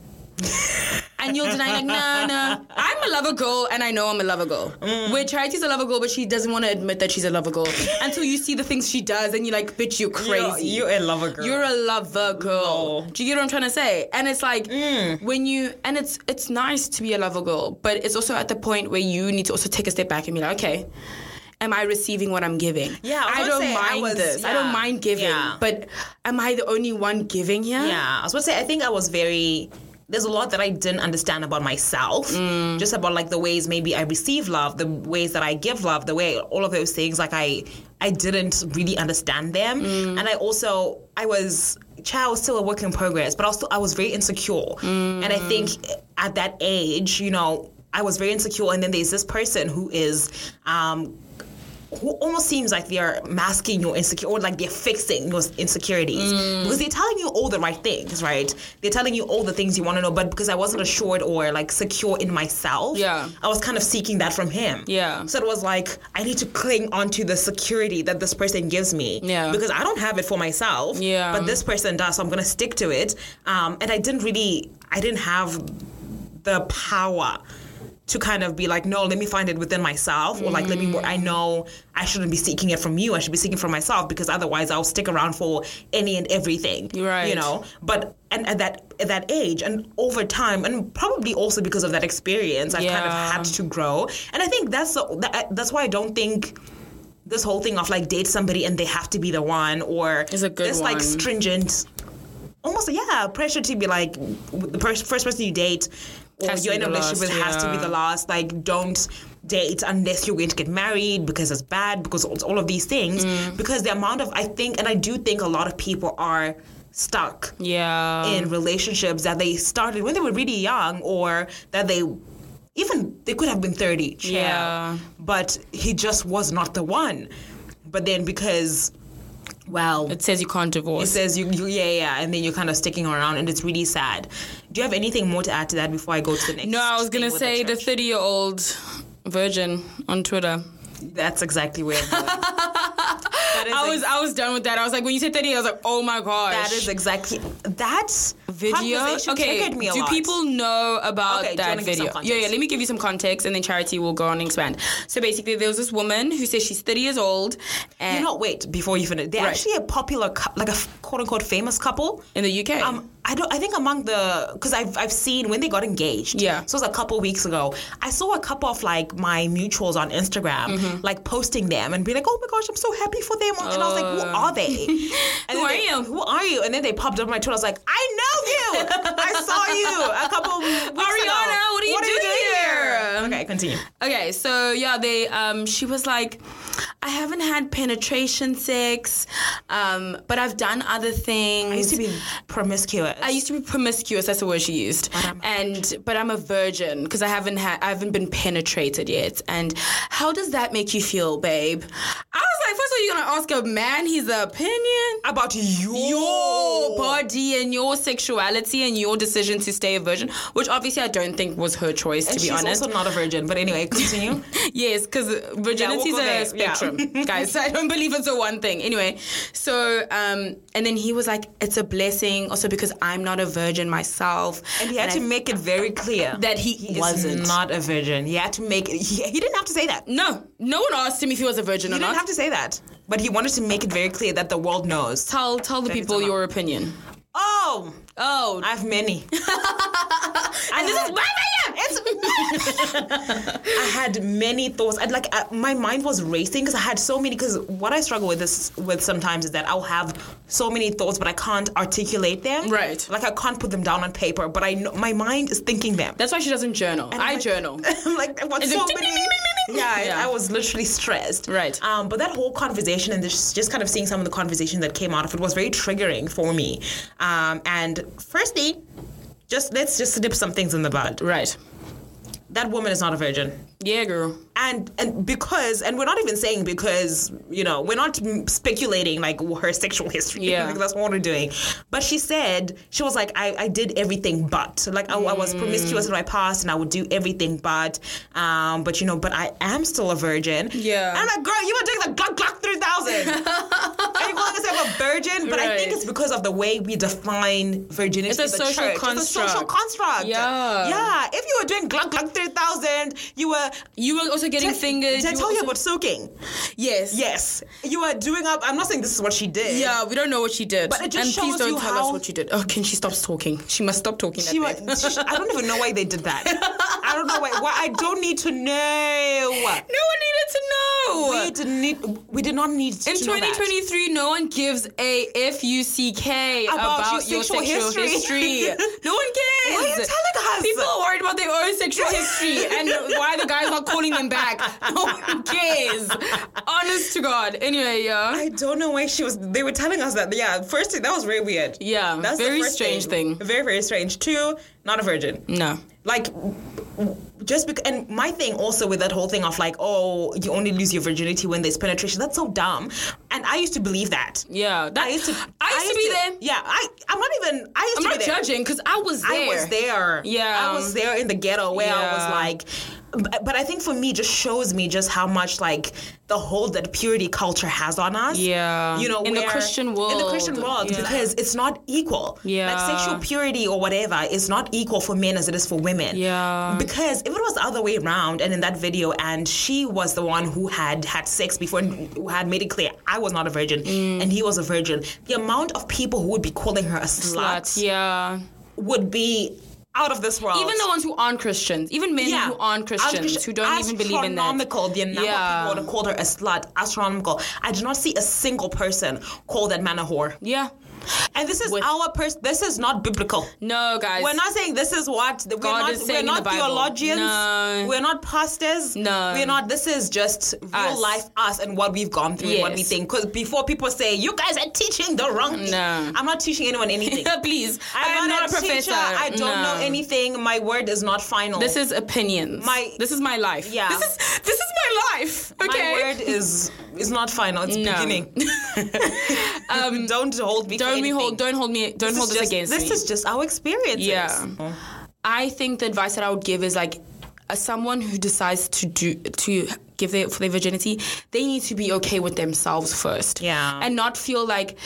Speaker 1: and you'll deny like no no I'm a lover girl and I know I'm a lover girl where charity's a lover girl but she doesn't want to admit that she's a lover girl until you see the things she does and you're like bitch you're crazy
Speaker 2: You're, you're a lover girl.
Speaker 1: you're a lover girl. Do you get what I'm trying to say? And it's like
Speaker 2: Mm.
Speaker 1: when you and it's it's nice to be a lover girl, but it's also at the point where you need to also take a step back and be like, okay, am I receiving what I'm giving?
Speaker 2: Yeah, I was
Speaker 1: I,
Speaker 2: gonna
Speaker 1: don't
Speaker 2: say, I
Speaker 1: mind
Speaker 2: was-
Speaker 1: this. I don't
Speaker 2: yeah,
Speaker 1: mind giving,
Speaker 2: yeah.
Speaker 1: but am I the only one giving here?
Speaker 2: Yeah, I was gonna say. I think I was very. There's a lot that I didn't understand about myself, just about like the ways maybe I receive love, the ways that I give love, the way all of those things. Like I, I didn't really understand them, and I also I was child I was still a work in progress, but I was still, I was very insecure, and I think at that age, you know, I was very insecure, and then there's this person who is. Um, who almost seems like they're masking your insecurity or like they're fixing your insecurities
Speaker 1: Mm.
Speaker 2: because they're telling you all the right things right they're telling you all the things you want to know but because i wasn't assured or like secure in myself
Speaker 1: Yeah.
Speaker 2: i was kind of seeking that from him
Speaker 1: Yeah.
Speaker 2: so it was like i need to cling onto the security that this person gives me
Speaker 1: Yeah.
Speaker 2: because i don't have it for myself
Speaker 1: Yeah.
Speaker 2: but this person does so i'm gonna stick to it um, and i didn't really i didn't have the power to kind of be like, no, let me find it within myself, or like, let me. wor-
Speaker 1: Mm.
Speaker 2: I know I shouldn't be seeking it from you. I should be seeking it from myself because otherwise, I'll stick around for any and everything.
Speaker 1: Right.
Speaker 2: You know. But and at that at that age, and over time, and probably also because of that experience, I've kind of
Speaker 1: Yeah.
Speaker 2: had to grow. And I think that's the, that, uh, that's why I don't think this whole thing of like date somebody and they have to be the one or
Speaker 1: Is a good
Speaker 2: this
Speaker 1: one.
Speaker 2: like stringent almost yeah pressure to be like the pers- first person you date or
Speaker 1: Has to
Speaker 2: you're
Speaker 1: be
Speaker 2: in a
Speaker 1: the
Speaker 2: relationship with
Speaker 1: last,
Speaker 2: has to be
Speaker 1: yeah.
Speaker 2: the last like don't date unless you're going to get married because it's bad because it's all of these things
Speaker 1: Mm.
Speaker 2: because the amount of I think and I do think a lot of people are stuck
Speaker 1: Yeah.
Speaker 2: in relationships that they started when they were really young or that they even they could have been 30 child,
Speaker 1: Yeah.
Speaker 2: but he just was not the one but then because well
Speaker 1: it says you can't
Speaker 2: it
Speaker 1: divorce.
Speaker 2: says you, you yeah yeah and then you're kind of sticking around and it's really sad do you have anything more to add to that before i go to the next
Speaker 1: No, I was
Speaker 2: thing
Speaker 1: gonna
Speaker 2: with
Speaker 1: say the
Speaker 2: church?
Speaker 1: thirty-year-old virgin on Twitter.
Speaker 2: that's exactly where I'm going. That is
Speaker 1: I was I was done with that. I was like, when you said thirty, I was like, oh my gosh.
Speaker 2: That is exactly that
Speaker 1: video.
Speaker 2: conversation triggered me a
Speaker 1: do
Speaker 2: lot.
Speaker 1: people know about
Speaker 2: Okay, do you
Speaker 1: that
Speaker 2: wanna give some
Speaker 1: video? yeah, yeah.
Speaker 2: context?
Speaker 1: Let me give you some context, and then Charity will go on and expand. So basically, there was this woman who says she's thirty years old, and
Speaker 2: you know, wait before you finish. They're
Speaker 1: Right.
Speaker 2: actually a popular, cou- like a f- quote unquote famous couple.
Speaker 1: in the UK.
Speaker 2: Um, I don't. I think among the because I've I've seen when they got engaged.
Speaker 1: Yeah.
Speaker 2: So it was a couple weeks ago. I saw a couple of like my mutuals on Instagram,
Speaker 1: Mm-hmm.
Speaker 2: like posting them and being like, "Oh my gosh, I'm so happy for them!" And I was like, "Who are they? And
Speaker 1: Oh. Who
Speaker 2: then
Speaker 1: are
Speaker 2: they-
Speaker 1: you?
Speaker 2: Who are you?" And then they popped up on my Twitter. I was like, "I know you. I saw you a couple weeks ago.
Speaker 1: Ariana, what are you doing here?"
Speaker 2: Okay, continue.
Speaker 1: Okay, so yeah, they um she was like, I haven't had penetration sex, um, but I've done other things.
Speaker 2: I used to be promiscuous.
Speaker 1: I used to be promiscuous. That's the word she used.
Speaker 2: I'm a
Speaker 1: and but I'm a virgin because I haven't had I haven't been penetrated yet. And how does that make you feel, babe? I was like, first of all, you're gonna ask a man his opinion
Speaker 2: about your,
Speaker 1: your body and your sexuality and your decision to stay a virgin, which obviously I don't think was her choice, to be
Speaker 2: She's
Speaker 1: honest.
Speaker 2: also not a virgin, but anyway, continue.
Speaker 1: Yes, because virginity
Speaker 2: Yeah, we'll go
Speaker 1: is a
Speaker 2: there. Yeah.
Speaker 1: spectrum, guys. So I don't believe it's a one thing. Anyway, so um, and then he was like, "It's a blessing," also because I'm not a virgin myself,
Speaker 2: and he had
Speaker 1: I-
Speaker 2: to make it very clear
Speaker 1: that he,
Speaker 2: he is
Speaker 1: wasn't.
Speaker 2: not a virgin. He had to make it. He, he didn't have to say that. He
Speaker 1: no, no one asked him if he was a virgin or
Speaker 2: didn't
Speaker 1: not.
Speaker 2: have to say that. But he wanted to make it very clear that the world knows.
Speaker 1: tell tell the
Speaker 2: That he's
Speaker 1: people
Speaker 2: not.
Speaker 1: your opinion.
Speaker 2: Oh,
Speaker 1: Oh,
Speaker 2: I have many.
Speaker 1: and this is why I am.
Speaker 2: I had many thoughts. I'd like I, my mind was racing because I had so many. Because what I struggle with this with sometimes is that I'll have so many thoughts, but I can't articulate them.
Speaker 1: Right.
Speaker 2: Like I can't put them down on paper, but I know, my mind is thinking them.
Speaker 1: That's why she doesn't journal. I
Speaker 2: like-
Speaker 1: journal.
Speaker 2: I'm like, I want
Speaker 1: Is it
Speaker 2: so
Speaker 1: ding,
Speaker 2: many.
Speaker 1: ding, ding, ding, ding, ding?
Speaker 2: Yeah,
Speaker 1: Yeah.
Speaker 2: I was literally stressed.
Speaker 1: Right.
Speaker 2: Um, but that whole conversation and this, just kind of seeing some of the conversation that came out of it was very triggering for me. Um, and firstly, just let's just dip some things in the bud.
Speaker 1: Right.
Speaker 2: That woman is not a virgin.
Speaker 1: Yeah, girl.
Speaker 2: And, and because and we're not even saying because you know we're not mm, speculating like her sexual history
Speaker 1: Yeah.
Speaker 2: because that's what we're doing but she said she was like I, I did everything but like I, I was promiscuous in my past and I would do everything but um but you know but I am still a virgin
Speaker 1: Yeah.
Speaker 2: and I'm like girl you were doing the Glock Glock 3000 and you call yourself a virgin but I
Speaker 1: Right.
Speaker 2: think it's because of the way we define virginity
Speaker 1: It's a
Speaker 2: in the
Speaker 1: social
Speaker 2: church. it's a social
Speaker 1: construct.
Speaker 2: construct
Speaker 1: Yeah.
Speaker 2: yeah if you were doing Glock Glock 3000 you were
Speaker 1: You were also getting fingered.
Speaker 2: did I
Speaker 1: were
Speaker 2: tell you
Speaker 1: also-
Speaker 2: about soaking?
Speaker 1: Yes.
Speaker 2: Yes. You are doing up. I'm not saying this is what she did.
Speaker 1: Yeah, we don't know what she did.
Speaker 2: But it just
Speaker 1: and please
Speaker 2: shows
Speaker 1: don't
Speaker 2: you
Speaker 1: tell
Speaker 2: how-
Speaker 1: us what she did. Oh, can she stop talking? She must stop talking.
Speaker 2: She
Speaker 1: that
Speaker 2: was,
Speaker 1: babe.
Speaker 2: I don't even know why they did that. I don't know why. why I don't need to know.
Speaker 1: no one
Speaker 2: We
Speaker 1: needed to know.
Speaker 2: did need. We did not need to
Speaker 1: In
Speaker 2: know that.
Speaker 1: 2023, no one gives a F U C K
Speaker 2: About
Speaker 1: about
Speaker 2: your
Speaker 1: your sexual
Speaker 2: sexual
Speaker 1: history.
Speaker 2: history.
Speaker 1: no one cares.
Speaker 2: Why are you telling us?
Speaker 1: People are worried about their own sexual history and why the guy's not calling them back. No one cares. Honest to God. Anyway, yeah.
Speaker 2: I don't know why she was. They were telling us that. Yeah, first thing that was very weird.
Speaker 1: Yeah,
Speaker 2: that's the
Speaker 1: very
Speaker 2: first
Speaker 1: strange thing.
Speaker 2: Very very strange. Two, not a virgin.
Speaker 1: no.
Speaker 2: like just because and my thing also with that whole thing of like oh you only lose your virginity when there's penetration that's so dumb and i used to believe that
Speaker 1: Yeah. That,
Speaker 2: i used to
Speaker 1: I used to be there.
Speaker 2: yeah i i'm not even i used
Speaker 1: I'm
Speaker 2: to be
Speaker 1: not
Speaker 2: there
Speaker 1: judging because I was there.
Speaker 2: i was there
Speaker 1: Yeah.
Speaker 2: i was there in the ghetto where
Speaker 1: Yeah.
Speaker 2: i was like but, but i think for me just shows me just how much like the hold that purity culture has on us
Speaker 1: Yeah.
Speaker 2: you know
Speaker 1: In the
Speaker 2: where-
Speaker 1: Christian
Speaker 2: in the christian
Speaker 1: world,
Speaker 2: world
Speaker 1: yeah.
Speaker 2: because it's not equal
Speaker 1: Yeah.
Speaker 2: like sexual purity or whatever is not equal for men as it is for women
Speaker 1: Yeah.
Speaker 2: because if it was the other way around and in that video and she was the one who had had sex before and who had made it clear I was not a virgin
Speaker 1: Mm.
Speaker 2: and he was a virgin, the amount of people who would be calling her a slut,
Speaker 1: But yeah.
Speaker 2: would be out of this world.
Speaker 1: even the ones who aren't Christians, even men who aren't Christians, who don't even believe in that.
Speaker 2: Astronomical, the number
Speaker 1: Yeah.
Speaker 2: of people that called her a slut, astronomical. I did not see a single person call that man a whore.
Speaker 1: Yeah.
Speaker 2: And And this is
Speaker 1: With-
Speaker 2: our person. This is not biblical.
Speaker 1: No, guys.
Speaker 2: We're not saying this is what we're
Speaker 1: God
Speaker 2: not.
Speaker 1: is saying
Speaker 2: we're
Speaker 1: in
Speaker 2: not
Speaker 1: the Bible.
Speaker 2: theologians.
Speaker 1: No.
Speaker 2: We're not pastors.
Speaker 1: No.
Speaker 2: we're not. This is just real
Speaker 1: Us.
Speaker 2: life us and what we've gone through and what we
Speaker 1: Yes.
Speaker 2: think. Because before people say you guys are teaching the wrong thing,
Speaker 1: No.
Speaker 2: I'm not teaching anyone anything.
Speaker 1: Please.
Speaker 2: I'm, not, a,
Speaker 1: professor.
Speaker 2: teacher. I don't know
Speaker 1: No.
Speaker 2: anything. My word is not final.
Speaker 1: This is opinions.
Speaker 2: My-
Speaker 1: this is my life.
Speaker 2: Yeah.
Speaker 1: This is this is my life.
Speaker 2: my
Speaker 1: Okay.
Speaker 2: word is is not final. It's
Speaker 1: No.
Speaker 2: beginning. Um, don't hold me. for
Speaker 1: Don't me
Speaker 2: anything.
Speaker 1: hold. Don't hold me. Don't
Speaker 2: This
Speaker 1: hold
Speaker 2: is
Speaker 1: this
Speaker 2: just-
Speaker 1: against
Speaker 2: this
Speaker 1: me.
Speaker 2: is just our experiences. Oh,
Speaker 1: Yeah. I think the advice that I would give is like, as someone who decides to do to give their for their virginity, they need to be okay with themselves first.
Speaker 2: Yeah.
Speaker 1: and not feel like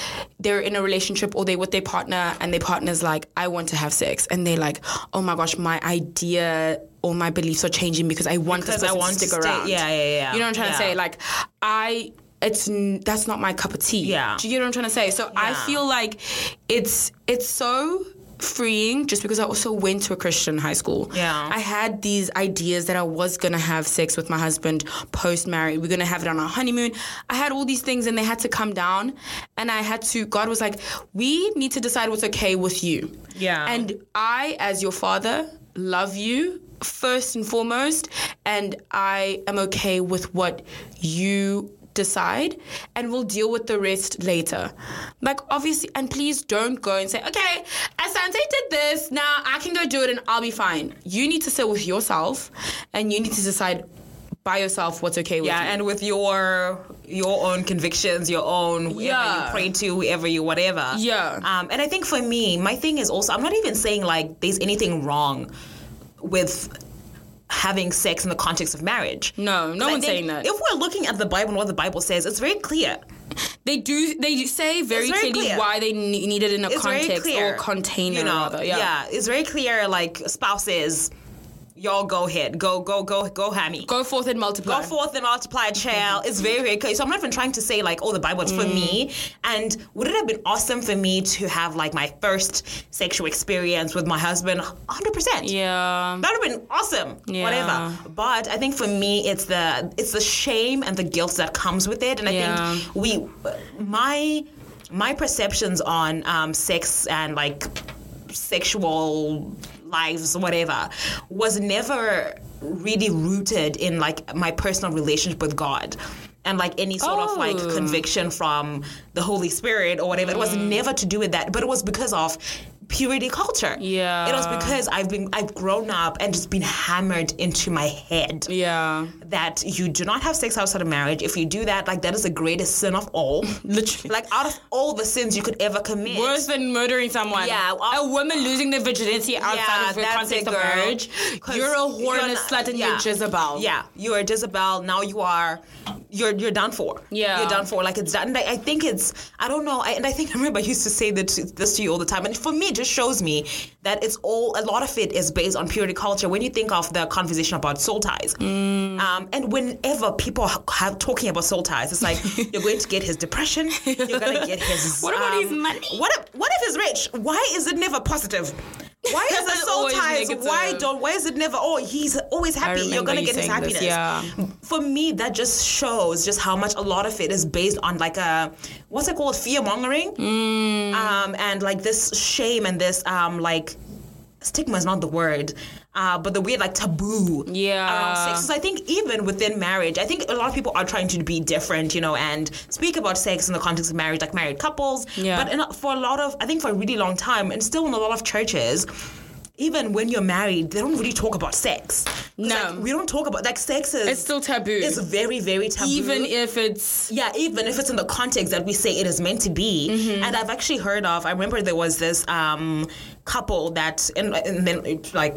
Speaker 1: they're in a relationship or they're with their partner and their partner's like, I want to have sex, and they're like, Oh my gosh, my idea or my beliefs are changing because I want
Speaker 2: Because
Speaker 1: this
Speaker 2: I
Speaker 1: person
Speaker 2: want
Speaker 1: to
Speaker 2: to
Speaker 1: stick
Speaker 2: stay-
Speaker 1: around.
Speaker 2: yeah, yeah, yeah.
Speaker 1: You know what I'm trying to
Speaker 2: Yeah.
Speaker 1: say? Like, I. It's n- that's not my cup of tea.
Speaker 2: Yeah.
Speaker 1: do you get what I'm trying to say? So I
Speaker 2: Yeah.
Speaker 1: feel feel like it's it's so freeing just because I also went to a Christian high school.
Speaker 2: Yeah.
Speaker 1: I had these ideas that I was gonna have sex with my husband post marriage. We're gonna have it on our honeymoon. I had all these things and they had to come down and I had to God was like, We need to decide what's okay with you.
Speaker 2: Yeah.
Speaker 1: And I, as your father, love you first and foremost, and I am okay with what you decide, and we'll deal with the rest later. Like, obviously, and please don't go and say, okay, Asante did this, now I can go do it and I'll be fine. You need to sit with yourself, and you need to decide by yourself what's okay with you.
Speaker 2: Yeah, and with your your own convictions, your own whoever
Speaker 1: Yeah.
Speaker 2: you pray to, whoever you whatever.
Speaker 1: Yeah.
Speaker 2: Um, and I think for me, my thing is also I'm not even saying like there's anything wrong with having sex in the context of marriage.
Speaker 1: No, no
Speaker 2: I
Speaker 1: one's
Speaker 2: think
Speaker 1: saying that.
Speaker 2: If we're looking at the Bible and what the Bible says, it's very clear.
Speaker 1: They do. They do say very,
Speaker 2: very
Speaker 1: clearly
Speaker 2: clear.
Speaker 1: why they ne- need it in a
Speaker 2: It's very
Speaker 1: context
Speaker 2: clear.
Speaker 1: or container,
Speaker 2: you know,
Speaker 1: rather. Yeah.
Speaker 2: It's very clear. Like spouses, y'all go ahead, go go go go hammy.
Speaker 1: Go forth and multiply.
Speaker 2: Go forth and multiply, child. It's very, very clear. So I'm not even trying to say like, oh, the Bible's for me.
Speaker 1: Mm.
Speaker 2: And would it have been awesome for me to have like my first sexual experience with my husband? 100. percent
Speaker 1: Yeah.
Speaker 2: That would have been awesome.
Speaker 1: Um, Yeah.
Speaker 2: Whatever. But I think for me, it's the it's the shame and the guilt that comes with it. And I
Speaker 1: Yeah.
Speaker 2: think we, my my perceptions on um, sex and like sexual lives, whatever, was never really rooted in like my personal relationship with God. And like any sort of like
Speaker 1: Oh. Mm.
Speaker 2: conviction from the Holy Spirit or whatever, it was never to do with that, but it was because of purity culture.
Speaker 1: Yeah.
Speaker 2: It was because I've been I've grown up and just been hammered into my head
Speaker 1: Yeah.
Speaker 2: that you do not have sex outside of marriage. If you do that, like that is the greatest sin of all.
Speaker 1: Literally.
Speaker 2: like out of all the sins you could ever commit.
Speaker 1: Worse than murdering someone.
Speaker 2: Yeah,
Speaker 1: a
Speaker 2: well-
Speaker 1: woman losing their virginity outside
Speaker 2: yeah,
Speaker 1: of the
Speaker 2: that's
Speaker 1: context
Speaker 2: it,
Speaker 1: of
Speaker 2: girl.
Speaker 1: marriage.
Speaker 2: 'Cause
Speaker 1: You're a whore and a
Speaker 2: you're not-
Speaker 1: slut and
Speaker 2: yeah.
Speaker 1: you're Jezebel.
Speaker 2: Yeah, you're a Jezebel. Now you are, you're you're done for.
Speaker 1: Yeah.
Speaker 2: you're done for. Like it's done. And I, I think it's. I don't know. I, and I think I remember I used to say that to, this to you all the time. And for me, it just shows me that it's all. A lot of it is based on purity culture. When you think of the conversation about soul ties, um, and whenever people ha- have talking about soul ties, it's like you're going to get his depression. You're gonna get his.
Speaker 1: What about
Speaker 2: um,
Speaker 1: his money?
Speaker 2: What if, what if he's rich? Why is it never positive? Why is it soul
Speaker 1: Always
Speaker 2: ties? Why
Speaker 1: negative.
Speaker 2: don't? Why is it never? Oh, he's always happy. You're
Speaker 1: remember
Speaker 2: gonna
Speaker 1: you
Speaker 2: get his
Speaker 1: saying this,
Speaker 2: happiness.
Speaker 1: yeah.
Speaker 2: For me, that just shows just how much a lot of it is based on like a what's it called fear mongering,
Speaker 1: Mm.
Speaker 2: um, and like this shame and this um like stigma is not the word, uh, but the weird like taboo
Speaker 1: Yeah.
Speaker 2: around sex. So I think even within marriage, I think a lot of people are trying to be different, you know, and speak about sex in the context of marriage, like married couples.
Speaker 1: Yeah.
Speaker 2: But in, a- for a lot of, I think for a really long time, and still in a lot of churches. Even when you're married, they don't really talk about sex. 'Cause,
Speaker 1: No.
Speaker 2: like, we don't talk about like sex is
Speaker 1: It's still taboo.
Speaker 2: It's very very taboo.
Speaker 1: Even if it's
Speaker 2: Yeah, even if it's in the context that we say it is meant to be. And I've actually heard of. I remember there was this um, couple that, and, and then it, like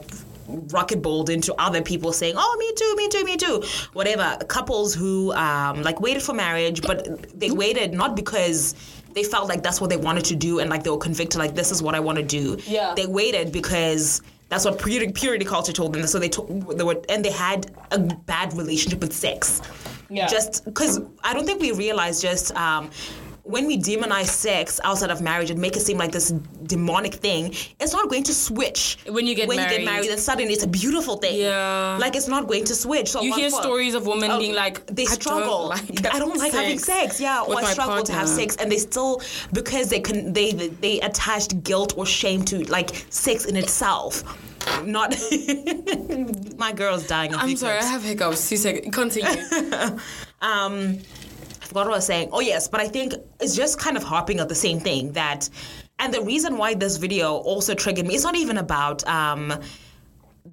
Speaker 2: rocket balled into other people saying, "Oh, me too, me too, me too," whatever. Couples who um, like waited for marriage, but they waited not because. They felt like that's what they wanted to do, and like they were convicted, like this is what I want to do.
Speaker 1: Yeah.
Speaker 2: they waited because that's what purity, purity culture told them. So they took, they were, and they had a bad relationship with sex
Speaker 1: Yeah.
Speaker 2: just because I don't think we realize just um, when we demonize sex outside of marriage and make it seem like this demonic thing, it's not going to switch.
Speaker 1: When you get
Speaker 2: when you
Speaker 1: married.
Speaker 2: get married, then suddenly it's a beautiful thing.
Speaker 1: Yeah.
Speaker 2: like it's not going to switch. So
Speaker 1: You
Speaker 2: one
Speaker 1: hear
Speaker 2: for-
Speaker 1: stories of women
Speaker 2: Oh,
Speaker 1: being like,
Speaker 2: they
Speaker 1: "I don't
Speaker 2: struggle.
Speaker 1: like
Speaker 2: I don't like having
Speaker 1: sex
Speaker 2: sex. Yeah, or
Speaker 1: with
Speaker 2: I
Speaker 1: my
Speaker 2: struggle to have
Speaker 1: partner."
Speaker 2: sex, and they still because they can they they attached guilt or shame to like sex in itself. Not my girl's dying. of
Speaker 1: I'm
Speaker 2: hiccups.
Speaker 1: sorry, I have hiccups. Two seconds. Continue.
Speaker 2: um I forgot what I was saying. Oh yes, but I think it's just kind of harping at the same thing that and the reason why this video also triggered me, it's not even about um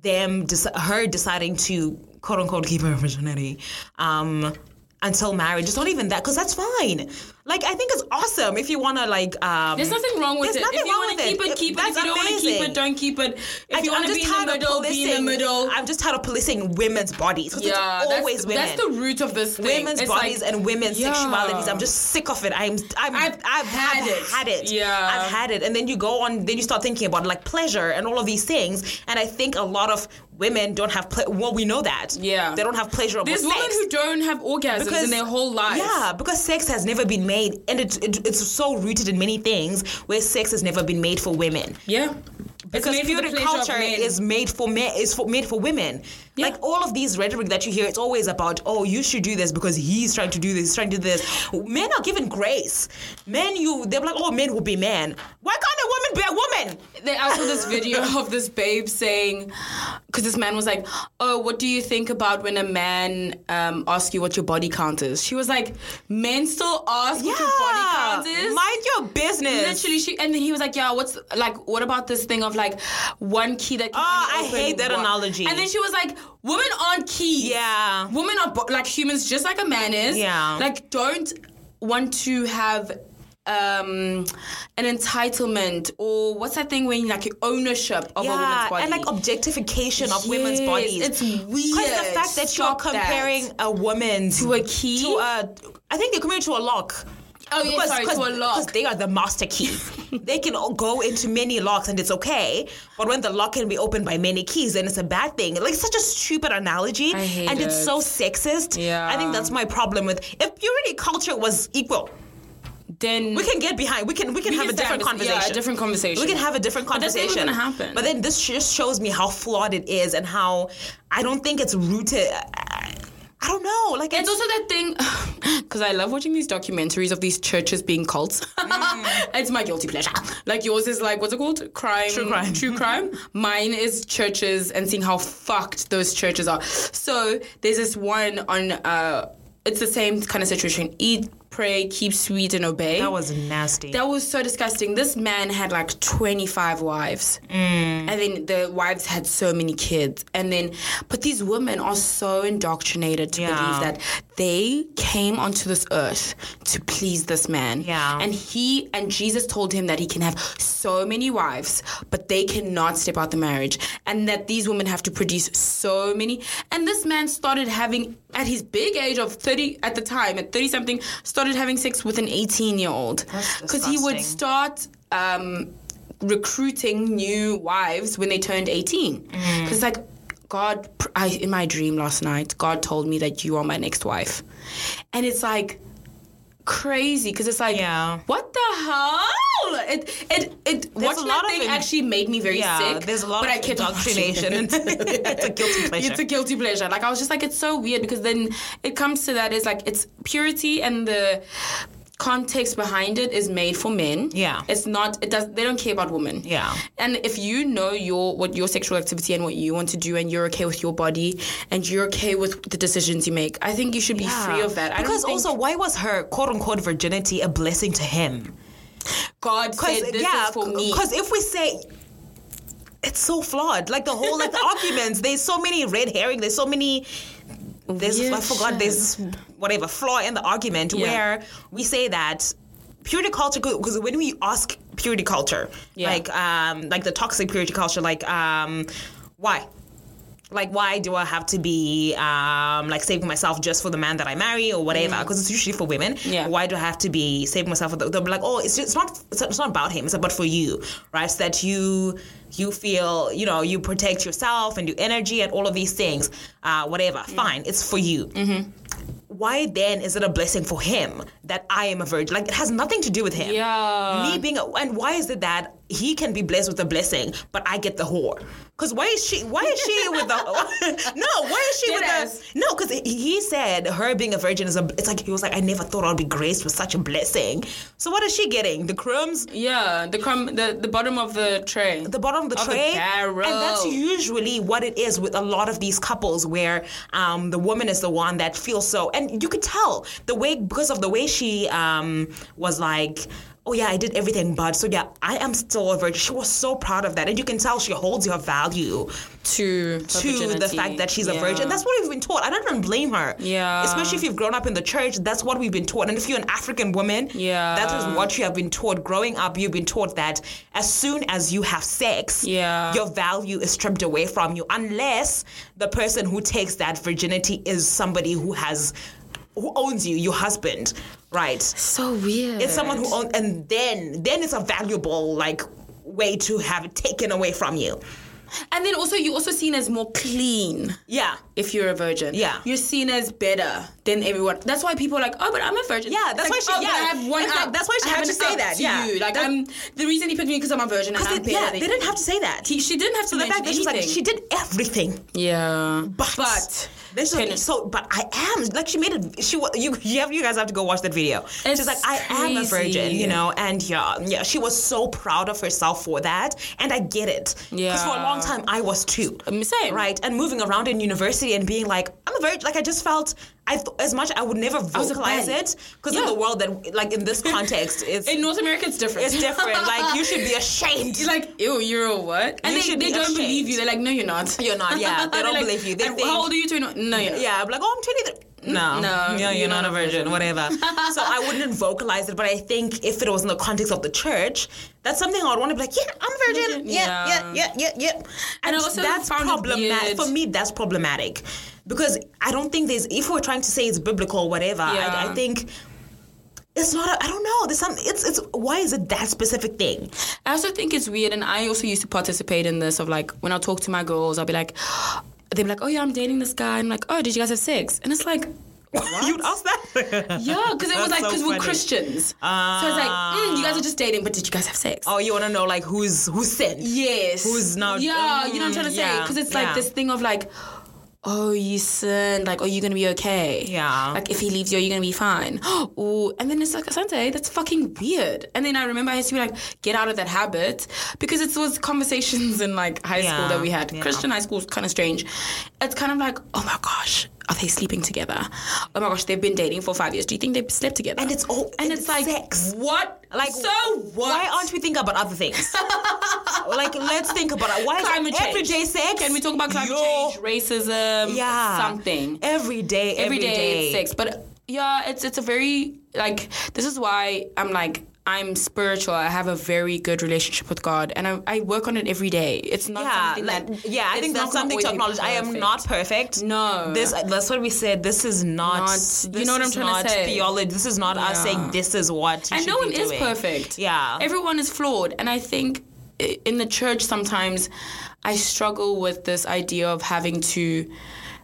Speaker 2: them dec- her deciding to quote unquote keep her virginity um until marriage. It's not even that because that's fine. Like I think it's awesome if you want to like um
Speaker 1: There's nothing wrong with it.
Speaker 2: There's nothing
Speaker 1: if you
Speaker 2: wrong
Speaker 1: want
Speaker 2: with
Speaker 1: to keep
Speaker 2: it.
Speaker 1: it, keep it. If
Speaker 2: That's
Speaker 1: you don't want to keep
Speaker 2: amazing.
Speaker 1: it, don't keep it. If
Speaker 2: I-
Speaker 1: you
Speaker 2: I'm
Speaker 1: want to
Speaker 2: just
Speaker 1: be in
Speaker 2: tired
Speaker 1: the
Speaker 2: of
Speaker 1: middle, be in
Speaker 2: policing-
Speaker 1: the middle.
Speaker 2: I'm just tired of policing women's bodies because
Speaker 1: yeah,
Speaker 2: it's always
Speaker 1: that's,
Speaker 2: women.
Speaker 1: that's the root of this thing.
Speaker 2: women's
Speaker 1: It's
Speaker 2: bodies
Speaker 1: like-
Speaker 2: and women's
Speaker 1: Yeah.
Speaker 2: sexualities. I'm just sick of it. I'm,
Speaker 1: I've
Speaker 2: I'm I've, I've
Speaker 1: had
Speaker 2: had,
Speaker 1: it.
Speaker 2: it. had it.
Speaker 1: Yeah.
Speaker 2: I've had it. And then you go on, then you start thinking about like pleasure and all of these things. And I think a lot of women don't have, ple- well, we know that.
Speaker 1: Yeah.
Speaker 2: They don't have pleasurable
Speaker 1: There's
Speaker 2: sex.
Speaker 1: women who don't have orgasms in their whole life.
Speaker 2: Yeah, because sex has never been made, and it, it, it's so rooted in many things where sex has never been made for women.
Speaker 1: Yeah. It's
Speaker 2: Because
Speaker 1: made for
Speaker 2: feudal
Speaker 1: the pleasure
Speaker 2: culture
Speaker 1: of men.
Speaker 2: is made for men is for, made for women.
Speaker 1: Yeah.
Speaker 2: Like all of these rhetoric that you hear, it's always about oh you should do this because he's trying to do this, he's trying to do this. Men are given grace. Men, you they're like oh men will be men. Why can't a woman be a woman?
Speaker 1: They- I saw this video of this babe saying, because this man was like, "Oh, what do you think about when a man um, asks you what your body count is?" She was like, "Men still ask what your body count is."
Speaker 2: mind your business.
Speaker 1: Literally, she and then he was like, "Yeah, what's like? What about this thing of like one key that?" Can
Speaker 2: Oh,
Speaker 1: only
Speaker 2: I
Speaker 1: open
Speaker 2: hate that
Speaker 1: one?"
Speaker 2: analogy.
Speaker 1: And then she was like, "Women aren't keys.
Speaker 2: Yeah.
Speaker 1: women are bo- like humans, just like a man is.
Speaker 2: Yeah.
Speaker 1: like don't want to have um an entitlement or what's that thing when like ownership of a woman's body
Speaker 2: and like objectification of women's
Speaker 1: Yes,
Speaker 2: bodies.
Speaker 1: It's weird.
Speaker 2: Because the fact that
Speaker 1: Stop
Speaker 2: you're comparing a woman
Speaker 1: To a key?
Speaker 2: to a, I think they're comparing to a lock.
Speaker 1: E? Oh, yeah, sorry, to a lock.
Speaker 2: Because they are the master key. they can all go into many locks and it's okay. But when the lock can be opened by many keys, then it's a bad thing. Like such a stupid analogy,
Speaker 1: I hate
Speaker 2: and it's
Speaker 1: it.
Speaker 2: so sexist.
Speaker 1: Yeah.
Speaker 2: I think that's my problem with. If purity culture was equal,
Speaker 1: then
Speaker 2: we can get behind. We can we can
Speaker 1: We
Speaker 2: have
Speaker 1: can
Speaker 2: a different
Speaker 1: stand- yeah, a
Speaker 2: conversation.
Speaker 1: different conversation.
Speaker 2: We can have a different
Speaker 1: But that's never
Speaker 2: conversation.
Speaker 1: gonna happen.
Speaker 2: But then this just shows me how flawed it is and how I don't think it's rooted. I, I don't know. Like
Speaker 1: It's also that thing, because I love watching these documentaries of these churches being cults. it's my guilty pleasure. Like yours is like what's it called? Crime.
Speaker 2: True crime.
Speaker 1: True crime. Mine is churches and seeing how fucked those churches are. So there's this one on. Uh, it's the same kind of situation. Eat, pray, keep sweet, and obey.
Speaker 2: that was nasty.
Speaker 1: That was so disgusting. This man had like 25 wives.
Speaker 2: Mm.
Speaker 1: And then the wives had so many kids. And then, but these women are so indoctrinated to
Speaker 2: Yeah.
Speaker 1: believe that they came onto this earth to please this man.
Speaker 2: Yeah.
Speaker 1: And he, and Jesus told him that he can have so many wives, but they cannot step out the marriage. And that these women have to produce so many. And this man started having, at his big age of 30, at the time, at 30 something, started having sex with an 18 year old
Speaker 2: That's
Speaker 1: because he would
Speaker 2: disgusting.
Speaker 1: start um, recruiting new wives when they turned 18
Speaker 2: Mm.
Speaker 1: because like god pr- I, in my dream last night god told me that you are my next wife and it's like crazy because it's like
Speaker 2: Yeah.
Speaker 1: what the hell it it it
Speaker 2: There's
Speaker 1: watching
Speaker 2: a lot
Speaker 1: that
Speaker 2: of
Speaker 1: thing
Speaker 2: in-
Speaker 1: actually made me very
Speaker 2: yeah,
Speaker 1: sick
Speaker 2: there's a lot
Speaker 1: but
Speaker 2: of
Speaker 1: I kept watching
Speaker 2: indoctrination.
Speaker 1: it.
Speaker 2: it's a guilty pleasure.
Speaker 1: It's a guilty pleasure. Like I was just like, it's so weird because then it comes to that is like it's purity and the context behind it is made for men.
Speaker 2: Yeah.
Speaker 1: It's not it does they don't care about women.
Speaker 2: Yeah.
Speaker 1: And if you know your what your sexual activity and what you want to do and you're okay with your body and you're okay with the decisions you make, I think you should be
Speaker 2: Yeah.
Speaker 1: free of that. I
Speaker 2: because
Speaker 1: don't think
Speaker 2: also, why was her quote unquote virginity a blessing to him?
Speaker 1: God said this is for me.
Speaker 2: Because if we say it's so flawed, like the whole like the arguments, there's so many red herring, there's so many. There's
Speaker 1: Weird
Speaker 2: I forgot
Speaker 1: shit.
Speaker 2: there's this whatever flaw in the argument
Speaker 1: Yeah.
Speaker 2: where we say that purity culture because when we ask purity culture
Speaker 1: Yeah.
Speaker 2: like um like the toxic purity culture like um why like why do I have to be um, like saving myself just for the man that I marry or whatever? Because it's usually for women.
Speaker 1: Mm. Yeah.
Speaker 2: Why do I have to be saving myself? For the, they'll be like, oh, it's just, it's not it's, it's not about him. It's about for you, right? So that you you feel you know you protect yourself and your energy and all of these things, uh, whatever. Fine, it's for you. Mm-hmm. why then is it a blessing for him that I am a virgin? Like it has nothing to do with him.
Speaker 1: Yeah.
Speaker 2: Me being a, and why is it that he can be blessed with a blessing, but I get the whore? Because why is she? Why is she with the? no, why is she with
Speaker 1: Deadass.
Speaker 2: the? No, because he said her being a virgin is a. It's like he was like I never thought I'd be graced with such a blessing. So what is she getting? The crumbs
Speaker 1: Yeah, the crumb, the, the bottom of the tray.
Speaker 2: the bottom of the
Speaker 1: Of the
Speaker 2: tray,
Speaker 1: barrel.
Speaker 2: and that's usually what it is with a lot of these couples, where um, the woman is the one that feels so, and you could tell the way because of the way she um, was like. Oh yeah, I did everything, but so yeah, I am still a virgin. She was so proud of that, and you can tell she holds her value
Speaker 1: to her
Speaker 2: to the
Speaker 1: virginity.
Speaker 2: fact that she's a
Speaker 1: Yeah.
Speaker 2: virgin. That's what we've been taught. I don't even blame her.
Speaker 1: Yeah.
Speaker 2: Especially if you've grown up in the church, that's what we've been taught. And if you're an African woman,
Speaker 1: Yeah.
Speaker 2: that is what you have been taught. Growing up, you've been taught that as soon as you have sex,
Speaker 1: Yeah.
Speaker 2: your value is stripped away from you, unless the person who takes that virginity is somebody who has, who owns you, your husband, right?
Speaker 1: so weird.
Speaker 2: It's someone who owns, and then then it's a valuable like way to have it taken away from you.
Speaker 1: and then also you're also seen as more clean.
Speaker 2: Yeah.
Speaker 1: if you're a virgin.
Speaker 2: Yeah.
Speaker 1: You're seen as better than everyone. That's why people are like, oh, but I'm a virgin.
Speaker 2: Yeah, that's
Speaker 1: It's
Speaker 2: why
Speaker 1: like,
Speaker 2: she-
Speaker 1: oh, but
Speaker 2: yeah,
Speaker 1: I have one
Speaker 2: it's like,
Speaker 1: up.
Speaker 2: that's why she
Speaker 1: I
Speaker 2: had
Speaker 1: have
Speaker 2: to
Speaker 1: an
Speaker 2: say
Speaker 1: up
Speaker 2: that,
Speaker 1: to
Speaker 2: yeah.
Speaker 1: you. Like,
Speaker 2: That-
Speaker 1: I'm, the reason he picked me because I'm a virgin and
Speaker 2: They-
Speaker 1: I'm better
Speaker 2: yeah,
Speaker 1: than
Speaker 2: they didn't have to say that.
Speaker 1: he, she didn't have to
Speaker 2: So the
Speaker 1: mention
Speaker 2: fact that she's like,
Speaker 1: anything.
Speaker 2: she did everything,
Speaker 1: yeah.
Speaker 2: but
Speaker 1: but
Speaker 2: Then she's like,
Speaker 1: Can-
Speaker 2: so, but I am like she made it. She wa- you you, have, you guys have to go watch that video.
Speaker 1: It's
Speaker 2: she's like, I am a virgin,
Speaker 1: crazy.
Speaker 2: you know, and yeah, yeah. She was so proud of herself for that, and I get it. because for a
Speaker 1: Yeah.
Speaker 2: long time I was too.
Speaker 1: Um, same.
Speaker 2: right? And moving around in university and being like, I'm a virgin. Like I just felt I th- as much I would never
Speaker 1: was a
Speaker 2: vocalize
Speaker 1: babe.
Speaker 2: it because
Speaker 1: Yeah.
Speaker 2: in the world that like in this context it's
Speaker 1: in North America, it's different.
Speaker 2: it's different. like you should be ashamed.
Speaker 1: It's like, ew, you're a what? And they,
Speaker 2: You should
Speaker 1: they
Speaker 2: be
Speaker 1: don't
Speaker 2: ashamed.
Speaker 1: believe you. They're like, no, you're not.
Speaker 2: You're not, yeah. They
Speaker 1: They're
Speaker 2: don't believe you. They
Speaker 1: "And
Speaker 2: think-
Speaker 1: how old are you? 21? No, you're not.
Speaker 2: Yeah, I'm like, oh, I'm 23. No,
Speaker 1: No,
Speaker 2: no, yeah,
Speaker 1: you're
Speaker 2: you're not
Speaker 1: not
Speaker 2: a virgin, whatever. so I wouldn't vocalize it, but I think if it was in the context of the church, that's something I would want to be like, yeah, I'm a virgin,
Speaker 1: Virgin,
Speaker 2: yeah, yeah, yeah, yeah, yeah. And,
Speaker 1: I also
Speaker 2: that's
Speaker 1: found it
Speaker 2: problematic
Speaker 1: weird.
Speaker 2: for me. That's problematic because I don't think there's. If we're trying to say it's biblical, or whatever,
Speaker 1: Yeah.
Speaker 2: I, I think. It's not. A, I don't know. There's some. It's. It's. Why is it that specific thing?
Speaker 1: I also think it's weird, and I also used to participate in this of like when I talk to my girls, I'll be like, they'll be like, oh yeah, I'm dating this guy. And I'm like, oh, did you guys have sex? And it's like,
Speaker 2: You'd ask that.
Speaker 1: yeah, because it was
Speaker 2: That's
Speaker 1: like,
Speaker 2: so
Speaker 1: because we're
Speaker 2: funny. Ah.
Speaker 1: Christians. so it's like, mm, you guys are just dating, but did you guys have sex?
Speaker 2: oh, you want to know like who's who's sinned?
Speaker 1: Yes.
Speaker 2: Who's not-
Speaker 1: Yeah, you know what I'm trying to
Speaker 2: Mm,
Speaker 1: say?
Speaker 2: yeah,
Speaker 1: Because it's like
Speaker 2: yeah.
Speaker 1: this thing of like, oh, you sinned. Like, oh, you're going to be okay.
Speaker 2: Yeah.
Speaker 1: Like, if he leaves you, you're going to be fine. Ooh. And then it's like, Asante, that's fucking weird. And then I remember I used to be like, get out of that habit because it was conversations in like high school
Speaker 2: Yeah,
Speaker 1: that we had.
Speaker 2: yeah.
Speaker 1: Christian high school is kind of strange. It's kind of like, oh my gosh. Are they sleeping together? Oh my gosh, they've been dating for five years. Do you think they've slept together?
Speaker 2: And it's all-
Speaker 1: and
Speaker 2: it's
Speaker 1: it's, like
Speaker 2: sex.
Speaker 1: what?
Speaker 2: Like,
Speaker 1: so what?
Speaker 2: Why aren't we thinking about other things? like, let's think about it. Why
Speaker 1: climate
Speaker 2: is
Speaker 1: change.
Speaker 2: everyday sex?
Speaker 1: Can we talk about climate
Speaker 2: Yo,
Speaker 1: change, racism,
Speaker 2: Yeah,
Speaker 1: something?
Speaker 2: Every day,
Speaker 1: Every day,
Speaker 2: day.
Speaker 1: it's sex, but yeah, it's it's a very like this is why I'm like I'm spiritual. I have a very good relationship with God, and I, I work on it every day. It's not
Speaker 2: Yeah,
Speaker 1: something
Speaker 2: like,
Speaker 1: that
Speaker 2: yeah. I
Speaker 1: it's
Speaker 2: think
Speaker 1: not
Speaker 2: that's
Speaker 1: gonna
Speaker 2: something
Speaker 1: always be
Speaker 2: to acknowledge. I am
Speaker 1: perfect.
Speaker 2: not perfect.
Speaker 1: No.
Speaker 2: this that's what we said. This is not.
Speaker 1: Not-
Speaker 2: this
Speaker 1: you know what I'm
Speaker 2: is
Speaker 1: trying to
Speaker 2: not
Speaker 1: say.
Speaker 2: Theology. This is not us
Speaker 1: Yeah.
Speaker 2: saying this is what. You
Speaker 1: and
Speaker 2: should
Speaker 1: no
Speaker 2: be
Speaker 1: one is
Speaker 2: doing.
Speaker 1: perfect.
Speaker 2: Yeah.
Speaker 1: everyone is flawed, and I think i- in the church sometimes I struggle with this idea of having to.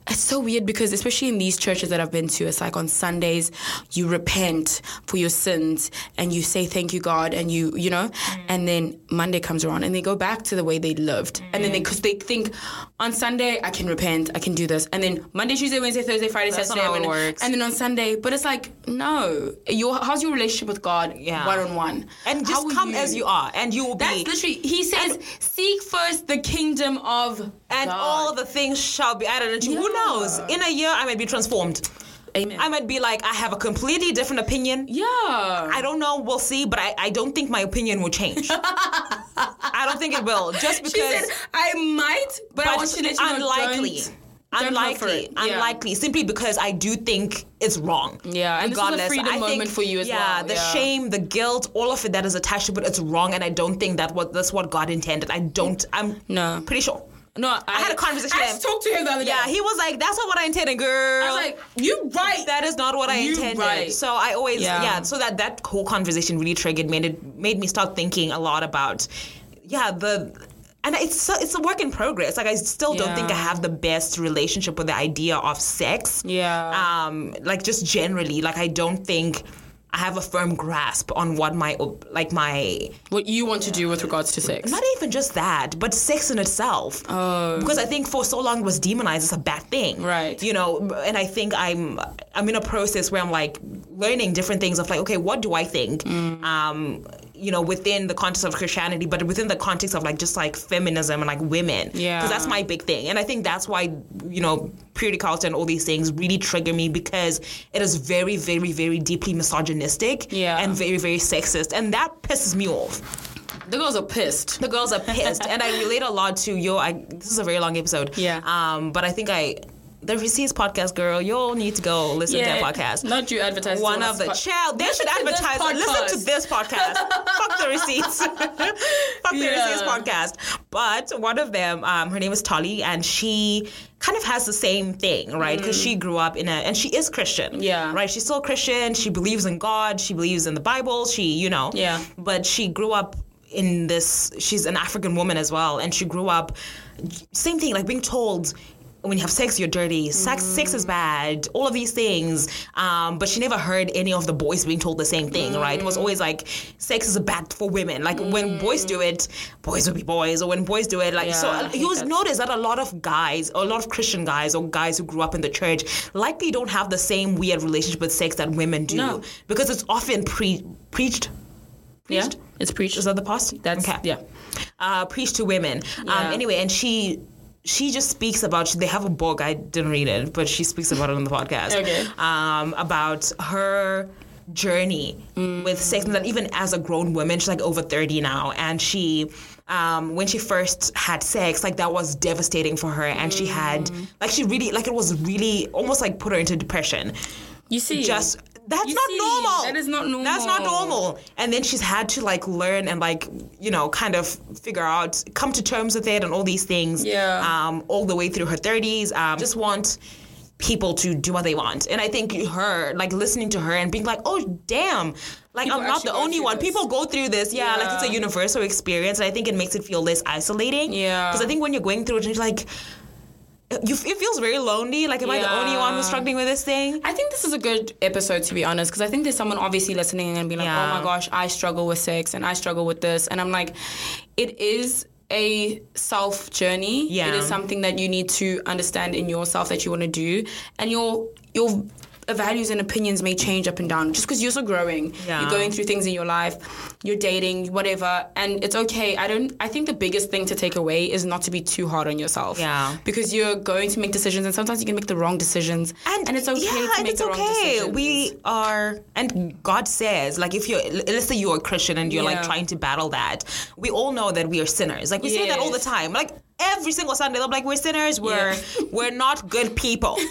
Speaker 1: It's so weird because especially in these churches that I've been to, it's like on Sundays you repent for your sins and you say thank you God and you you know,
Speaker 2: Mm.
Speaker 1: and then Monday comes around and they go back to the way they lived and
Speaker 2: Mm.
Speaker 1: then they because they think on Sunday I can repent I can do this and then Monday Tuesday Wednesday Thursday Friday
Speaker 2: That's not
Speaker 1: Saturday
Speaker 2: how it
Speaker 1: and-
Speaker 2: works.
Speaker 1: and then on Sunday but it's like no your how's your relationship with God
Speaker 2: Yeah.
Speaker 1: one on one
Speaker 2: and just come as you are, and you will
Speaker 1: that's
Speaker 2: be.
Speaker 1: literally he says seek first the kingdom of
Speaker 2: and
Speaker 1: God."
Speaker 2: all the things shall be added unto you. Who
Speaker 1: Yeah.
Speaker 2: knows? In a year, I might be transformed.
Speaker 1: amen
Speaker 2: I might be like, I have a completely different opinion.
Speaker 1: yeah
Speaker 2: I don't know. We'll see. But I, I don't think my opinion will change. I don't think it will. Just because.
Speaker 1: she said I might but, I
Speaker 2: but
Speaker 1: want you to let you know,
Speaker 2: unlikely.
Speaker 1: don't- don't go for
Speaker 2: Unlikely,
Speaker 1: it. Yeah.
Speaker 2: unlikely. Simply because I do think it's wrong.
Speaker 1: Yeah, and this is a freedom
Speaker 2: I think-
Speaker 1: moment for you as
Speaker 2: Yeah,
Speaker 1: well,
Speaker 2: the
Speaker 1: yeah.
Speaker 2: shame, the guilt, all of it that is attached to it, it's wrong, and I don't think that what that's what God intended. I don't. I'm
Speaker 1: No.
Speaker 2: pretty sure.
Speaker 1: no I,
Speaker 2: had a conversation
Speaker 1: I
Speaker 2: with
Speaker 1: just
Speaker 2: him.
Speaker 1: talked to him the other day
Speaker 2: Yeah, he was like, "That's not what I intended, girl."
Speaker 1: I was like you right
Speaker 2: that is not what I
Speaker 1: You
Speaker 2: intended.
Speaker 1: right.
Speaker 2: So I always
Speaker 1: Yeah.
Speaker 2: yeah. So that that whole conversation really triggered me, and it made me start thinking a lot about yeah the and it's so, it's a work in progress. Like I still don't think I
Speaker 1: Yeah.
Speaker 2: have the best relationship with the idea of sex.
Speaker 1: Yeah.
Speaker 2: Um, like just generally, like I don't think I have a firm grasp on what my op- like my
Speaker 1: What you want to do with regards to sex?
Speaker 2: not even just that, but sex in itself. Because I think for so long it was demonized as a bad thing.
Speaker 1: Oh. Right.
Speaker 2: You know, and I think I'm I'm in a process where I'm like learning different things of like, okay, what do I think?
Speaker 1: Mm.
Speaker 2: Um, you know, within the context of Christianity, but within the context of like just like feminism and like women.
Speaker 1: Yeah.
Speaker 2: Because that's my big thing. And I think that's why, you know, purity culture and all these things really trigger me because it is very, very, very deeply misogynistic
Speaker 1: Yeah.
Speaker 2: and very, very sexist. And that pisses me off
Speaker 1: The girls are pissed.
Speaker 2: the girls are pissed, and I relate a lot to yo. I, this is a very long episode.
Speaker 1: Yeah.
Speaker 2: Um, but I think I the Receipts podcast girl. You all need to go listen to that podcast.
Speaker 1: Not you advertising.
Speaker 2: One of the child, they should
Speaker 1: to this
Speaker 2: advertise. Listen to
Speaker 1: podcast.
Speaker 2: this podcast. Fuck the receipts. Fuck the
Speaker 1: Yeah.
Speaker 2: receipts podcast. But one of them, um, her name is Tolly, and she kind of has the same thing, right? Because she grew up in a, and she is Christian.
Speaker 1: Mm. Yeah.
Speaker 2: Right. She's still Christian. She believes in God. She believes in the Bible. She, you know.
Speaker 1: Yeah.
Speaker 2: But she grew up in this. She's an African woman as well, and she grew up. Same thing, like being told. When you have sex, you're dirty.
Speaker 1: Mm.
Speaker 2: Sex, sex is bad. All of these things, um, but she never heard any of the boys being told the same thing. Right? It was
Speaker 1: Mm.
Speaker 2: always like, sex is bad for women. Like when boys do it, boys will be boys, or when boys do it, like so.
Speaker 1: Mm. Yeah, I
Speaker 2: you
Speaker 1: hate
Speaker 2: was
Speaker 1: that
Speaker 2: notice that a lot of guys, a lot of Christian guys or guys who grew up in the church, likely don't have the same weird relationship with sex that women do
Speaker 1: No.
Speaker 2: because it's often pre- preached.
Speaker 1: Yeah,
Speaker 2: Preached?
Speaker 1: it's preached.
Speaker 2: Is that the past?
Speaker 1: That's yeah.
Speaker 2: Uh, preached to women. Um,
Speaker 1: Yeah.
Speaker 2: anyway, and she. She just speaks about. They have a book. I didn't read it, but she speaks about it on the podcast.
Speaker 1: Okay.
Speaker 2: Um, about her journey
Speaker 1: Mm.
Speaker 2: with sex, and that even as a grown woman, she's like over thirty now, and she, um, when she first had sex, like that was devastating for her, and she had,
Speaker 1: Mm.
Speaker 2: like, she really, like, it was really almost like put her into depression
Speaker 1: You see,
Speaker 2: just that's
Speaker 1: You
Speaker 2: not
Speaker 1: see,
Speaker 2: normal.
Speaker 1: that is not normal.
Speaker 2: That's not normal. And then she's had to like learn and like you know kind of figure out, come to terms with it, and all these things.
Speaker 1: Yeah.
Speaker 2: Um, all the way through her thirties. Um, just want people to do what they want. And I think her like listening to her and being like, oh damn, like
Speaker 1: People
Speaker 2: I'm not
Speaker 1: actually
Speaker 2: the
Speaker 1: go
Speaker 2: only
Speaker 1: through
Speaker 2: one.
Speaker 1: this.
Speaker 2: People go through this. Yeah,
Speaker 1: Yeah.
Speaker 2: Like it's a universal experience, and I think it makes it feel less isolating.
Speaker 1: Yeah.
Speaker 2: Because I think when you're going through it, you're like. You, it feels very lonely. Like, am I the only one who's
Speaker 1: Yeah.
Speaker 2: struggling with this thing?
Speaker 1: I think this is a good episode to be honest, because I think there's someone obviously listening and being like,
Speaker 2: Yeah.
Speaker 1: "Oh my gosh, I struggle with sex and I struggle with this," and I'm like, it is a self journey.
Speaker 2: Yeah.
Speaker 1: it is something that you need to understand in yourself that you want to do, and your your values and opinions may change up and down just because you're still growing.
Speaker 2: Yeah.
Speaker 1: You're going through things in your life, you're dating, whatever, and it's okay. I don't. I think the biggest thing to take away is not to be too hard on yourself.
Speaker 2: Yeah.
Speaker 1: because you're going to make decisions, and sometimes you can make the wrong decisions and, it's okay
Speaker 2: yeah,
Speaker 1: to
Speaker 2: and
Speaker 1: make
Speaker 2: it's
Speaker 1: the wrong
Speaker 2: okay.
Speaker 1: decisions.
Speaker 2: We are, and God says, like, if you're, l- let's say you're a Christian and you're like
Speaker 1: Yeah.
Speaker 2: trying to battle that, we all know that we are sinners. Like we say that all the
Speaker 1: Yes.
Speaker 2: time. Like every single Sunday, they're like, we're sinners. We're we're not good people. we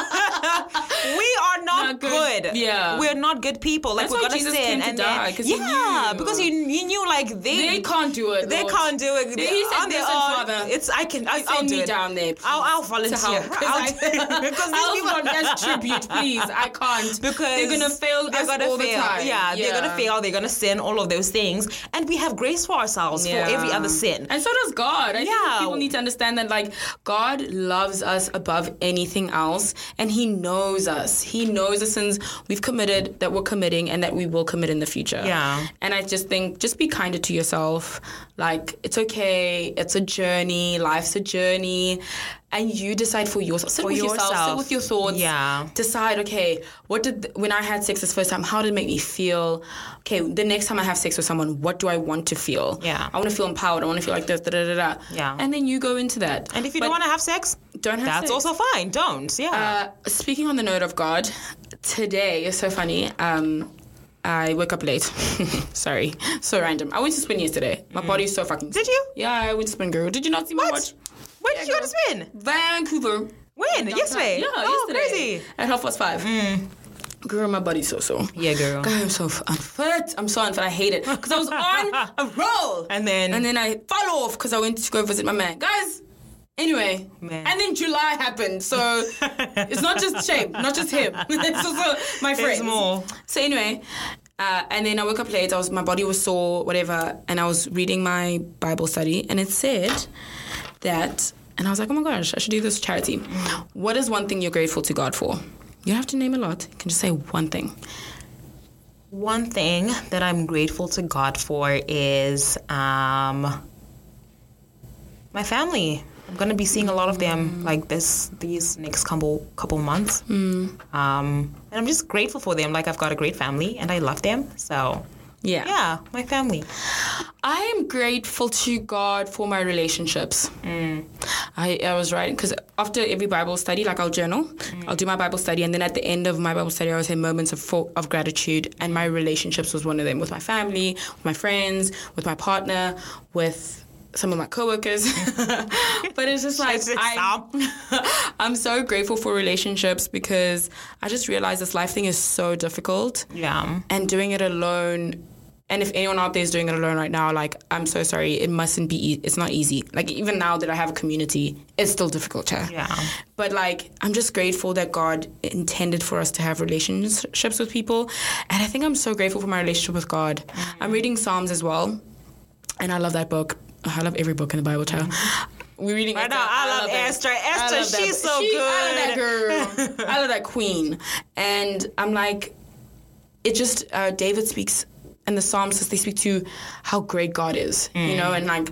Speaker 2: are
Speaker 1: Not
Speaker 2: not, good.
Speaker 1: good. Yeah.
Speaker 2: we're not good people. Like
Speaker 1: That's
Speaker 2: we're
Speaker 1: why
Speaker 2: gonna
Speaker 1: Jesus came
Speaker 2: sin
Speaker 1: to
Speaker 2: and
Speaker 1: die,
Speaker 2: then
Speaker 1: 'cause he
Speaker 2: yeah,
Speaker 1: knew.
Speaker 2: because you you knew like they
Speaker 1: they can't do it.
Speaker 2: They
Speaker 1: Lord.
Speaker 2: can't do it.
Speaker 1: He said,
Speaker 2: on their
Speaker 1: "Listen,
Speaker 2: own.
Speaker 1: Father,
Speaker 2: It's I can. I, I'll
Speaker 1: send
Speaker 2: do
Speaker 1: me
Speaker 2: it.
Speaker 1: down there, please,
Speaker 2: I'll, I'll
Speaker 1: to
Speaker 2: volunteer.
Speaker 1: help. 'Cause
Speaker 2: I'll,
Speaker 1: I-
Speaker 2: because these
Speaker 1: I'll
Speaker 2: people
Speaker 1: fund as tribute, please. I can't
Speaker 2: because
Speaker 1: they're gonna fail
Speaker 2: they're
Speaker 1: us
Speaker 2: gonna
Speaker 1: all
Speaker 2: fail.
Speaker 1: the time.
Speaker 2: Yeah, they're gonna fail. They're gonna sin. All of those things, and we have grace for ourselves for every other sin.
Speaker 1: and so does God. I
Speaker 2: Yeah.
Speaker 1: think people need to understand that, like, God loves us above anything else, and He knows us. He knows the sins we've committed, that we're committing, and that we will commit in the future.
Speaker 2: Yeah.
Speaker 1: And I just think, just be kinder to yourself. Like, it's okay. It's a journey. Life's a journey, and you decide for yourself. Sit
Speaker 2: For
Speaker 1: with yourself.
Speaker 2: yourself.
Speaker 1: Sit with your thoughts.
Speaker 2: Yeah.
Speaker 1: Decide. Okay, what did when I had sex this first time? How did it make me feel? Okay, the next time I have sex with someone, what do I want to feel?
Speaker 2: Yeah.
Speaker 1: I want to feel empowered. I want to feel like this. Da, da, da, da.
Speaker 2: Yeah.
Speaker 1: And then you go into that.
Speaker 2: And if you
Speaker 1: But
Speaker 2: don't want to have sex,
Speaker 1: don't have sex.
Speaker 2: that's also fine. Don't. Yeah.
Speaker 1: Uh, speaking on the note of God, today is so funny. Um, I woke up late. Sorry, so random. I went to spin yesterday. My body's so fucking.
Speaker 2: Mm-hmm. Did you?
Speaker 1: Yeah, I went to spin, girl. Did you not see my
Speaker 2: What?
Speaker 1: watch?
Speaker 2: When did you go to
Speaker 1: girl.
Speaker 2: spin?
Speaker 1: Vancouver.
Speaker 2: When?
Speaker 1: Downtown.
Speaker 2: Yesterday.
Speaker 1: Yeah,
Speaker 2: oh,
Speaker 1: yesterday.
Speaker 2: crazy. Mm.
Speaker 1: At half past five. Girl, my body's so so.
Speaker 2: Yeah, girl.
Speaker 1: God, I'm so f- unfit. I'm so unfit. I hate it because I was on a roll,
Speaker 2: And then-
Speaker 1: and then I fell off because I went to go visit my man, guys. Anyway,
Speaker 2: Man.
Speaker 1: and then July happened, so it's not just shape, not just him. so, so my friends.
Speaker 2: more.
Speaker 1: So anyway, Uh, and then I woke up late. I was my body was sore, whatever, and I was reading my Bible study, and it said that, and I was like, oh my gosh, I should do this charity. What is one thing you're grateful to God for? You don't have to name a lot. You can just say one thing.
Speaker 2: One thing that I'm grateful to God for is um, my family. I'm gonna be seeing a lot of
Speaker 1: Mm.
Speaker 2: them like this these next couple couple months,
Speaker 1: Mm.
Speaker 2: um, and I'm just grateful for them. Like I've got a great family, and I love them. So
Speaker 1: Yeah.
Speaker 2: yeah, my family.
Speaker 1: I am grateful to God for my relationships. I, I was right because after every Bible study, like I'll journal, I'll do my Bible study, and then at the end of my Bible study, I always have moments of full, of gratitude, and my relationships was one of them with my family, with my friends, with my partner, with some of my coworkers. but it's just like
Speaker 2: Just an
Speaker 1: I,
Speaker 2: example.
Speaker 1: I'm so grateful for relationships because I just realized this life thing is so difficult
Speaker 2: Yeah.
Speaker 1: and doing it alone and if anyone out there is doing it alone right now like i'm so sorry it mustn't be e- it's not easy like even now that i have a community it's still difficult yeah.
Speaker 2: Yeah.
Speaker 1: but like i'm just grateful that god intended for us to have relationships with people and i think i'm so grateful for my relationship with god i'm reading psalms as well and i love that book i love every book in the bible child we're reading
Speaker 2: Mm-hmm. Right
Speaker 1: Esther.
Speaker 2: now, I love
Speaker 1: that.
Speaker 2: Esther.
Speaker 1: I
Speaker 2: Esther,
Speaker 1: love that
Speaker 2: she's
Speaker 1: book.
Speaker 2: so
Speaker 1: She-
Speaker 2: good.
Speaker 1: I love that girl. I love that queen. And I'm like, it just uh, David speaks and the psalms they speak to how great God is, you
Speaker 2: Mm.
Speaker 1: know, and like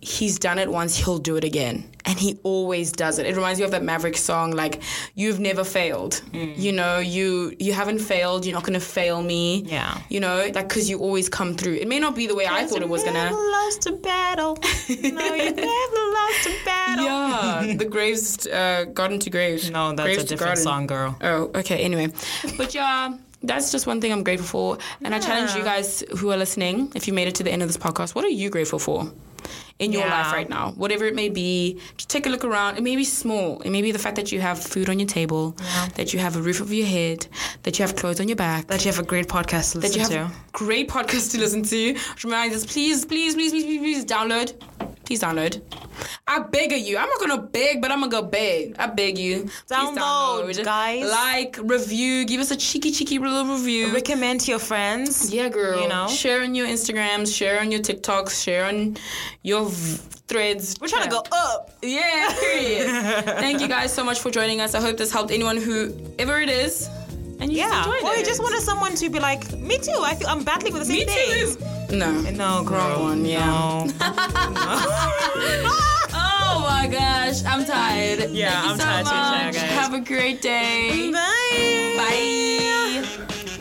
Speaker 1: he's done it once, he'll do it again, and he always does it. It reminds me of that Maverick song, like you've never failed,
Speaker 2: Mm.
Speaker 1: you know, you you haven't failed, you're not gonna fail me,
Speaker 2: Yeah.
Speaker 1: you know, like because you always come through. It may not be the way I thought it was gonna.
Speaker 2: Never lost a battle. No, you never lost a battle.
Speaker 1: Yeah, the graves, uh, garden to graves.
Speaker 2: No, that's
Speaker 1: Graves
Speaker 2: a
Speaker 1: to
Speaker 2: different
Speaker 1: Garden.
Speaker 2: song, girl.
Speaker 1: Oh, okay. Anyway, but yeah, that's just one thing I'm grateful for, and I challenge
Speaker 2: Yeah.
Speaker 1: you guys who are listening. If you made it to the end of this podcast, what are you grateful for in your
Speaker 2: Yeah.
Speaker 1: life right now? Whatever it may be, just take a look around. It may be small. It may be the fact that you have food on your table, that you have a roof over your head, that you have clothes on your back,
Speaker 2: That you have a great podcast to
Speaker 1: that
Speaker 2: listen
Speaker 1: you have
Speaker 2: to.
Speaker 1: great podcasts to listen to. Which reminds us, please, please, please, please, please, please download. Please download. I beg of you. I'm not gonna beg, but I'm gonna go beg. I beg you. Please
Speaker 2: Download, guys.
Speaker 1: Like, review, give us a cheeky, cheeky little review.
Speaker 2: Recommend to your friends.
Speaker 1: yeah, girl.
Speaker 2: You know?
Speaker 1: share on your Instagrams, share on your TikToks, share on your v- threads.
Speaker 2: We're trying to go up.
Speaker 1: Yeah, period. Thank you guys so much for joining us. I hope this helped anyone who ever it is, and you
Speaker 2: Yeah.
Speaker 1: just enjoyed
Speaker 2: Or
Speaker 1: it.
Speaker 2: you just wanted someone to be like, me too. I feel I'm battling with the same
Speaker 1: me too.
Speaker 2: thing.
Speaker 1: Is- no,
Speaker 2: No, girl.
Speaker 1: Wrong one, yeah.
Speaker 2: No.
Speaker 1: Oh my gosh, I'm tired.
Speaker 2: Yeah,
Speaker 1: Thank you
Speaker 2: I'm
Speaker 1: so
Speaker 2: tired too,
Speaker 1: much.
Speaker 2: Shaya, guys.
Speaker 1: Have a great day.
Speaker 2: Bye.
Speaker 1: Bye.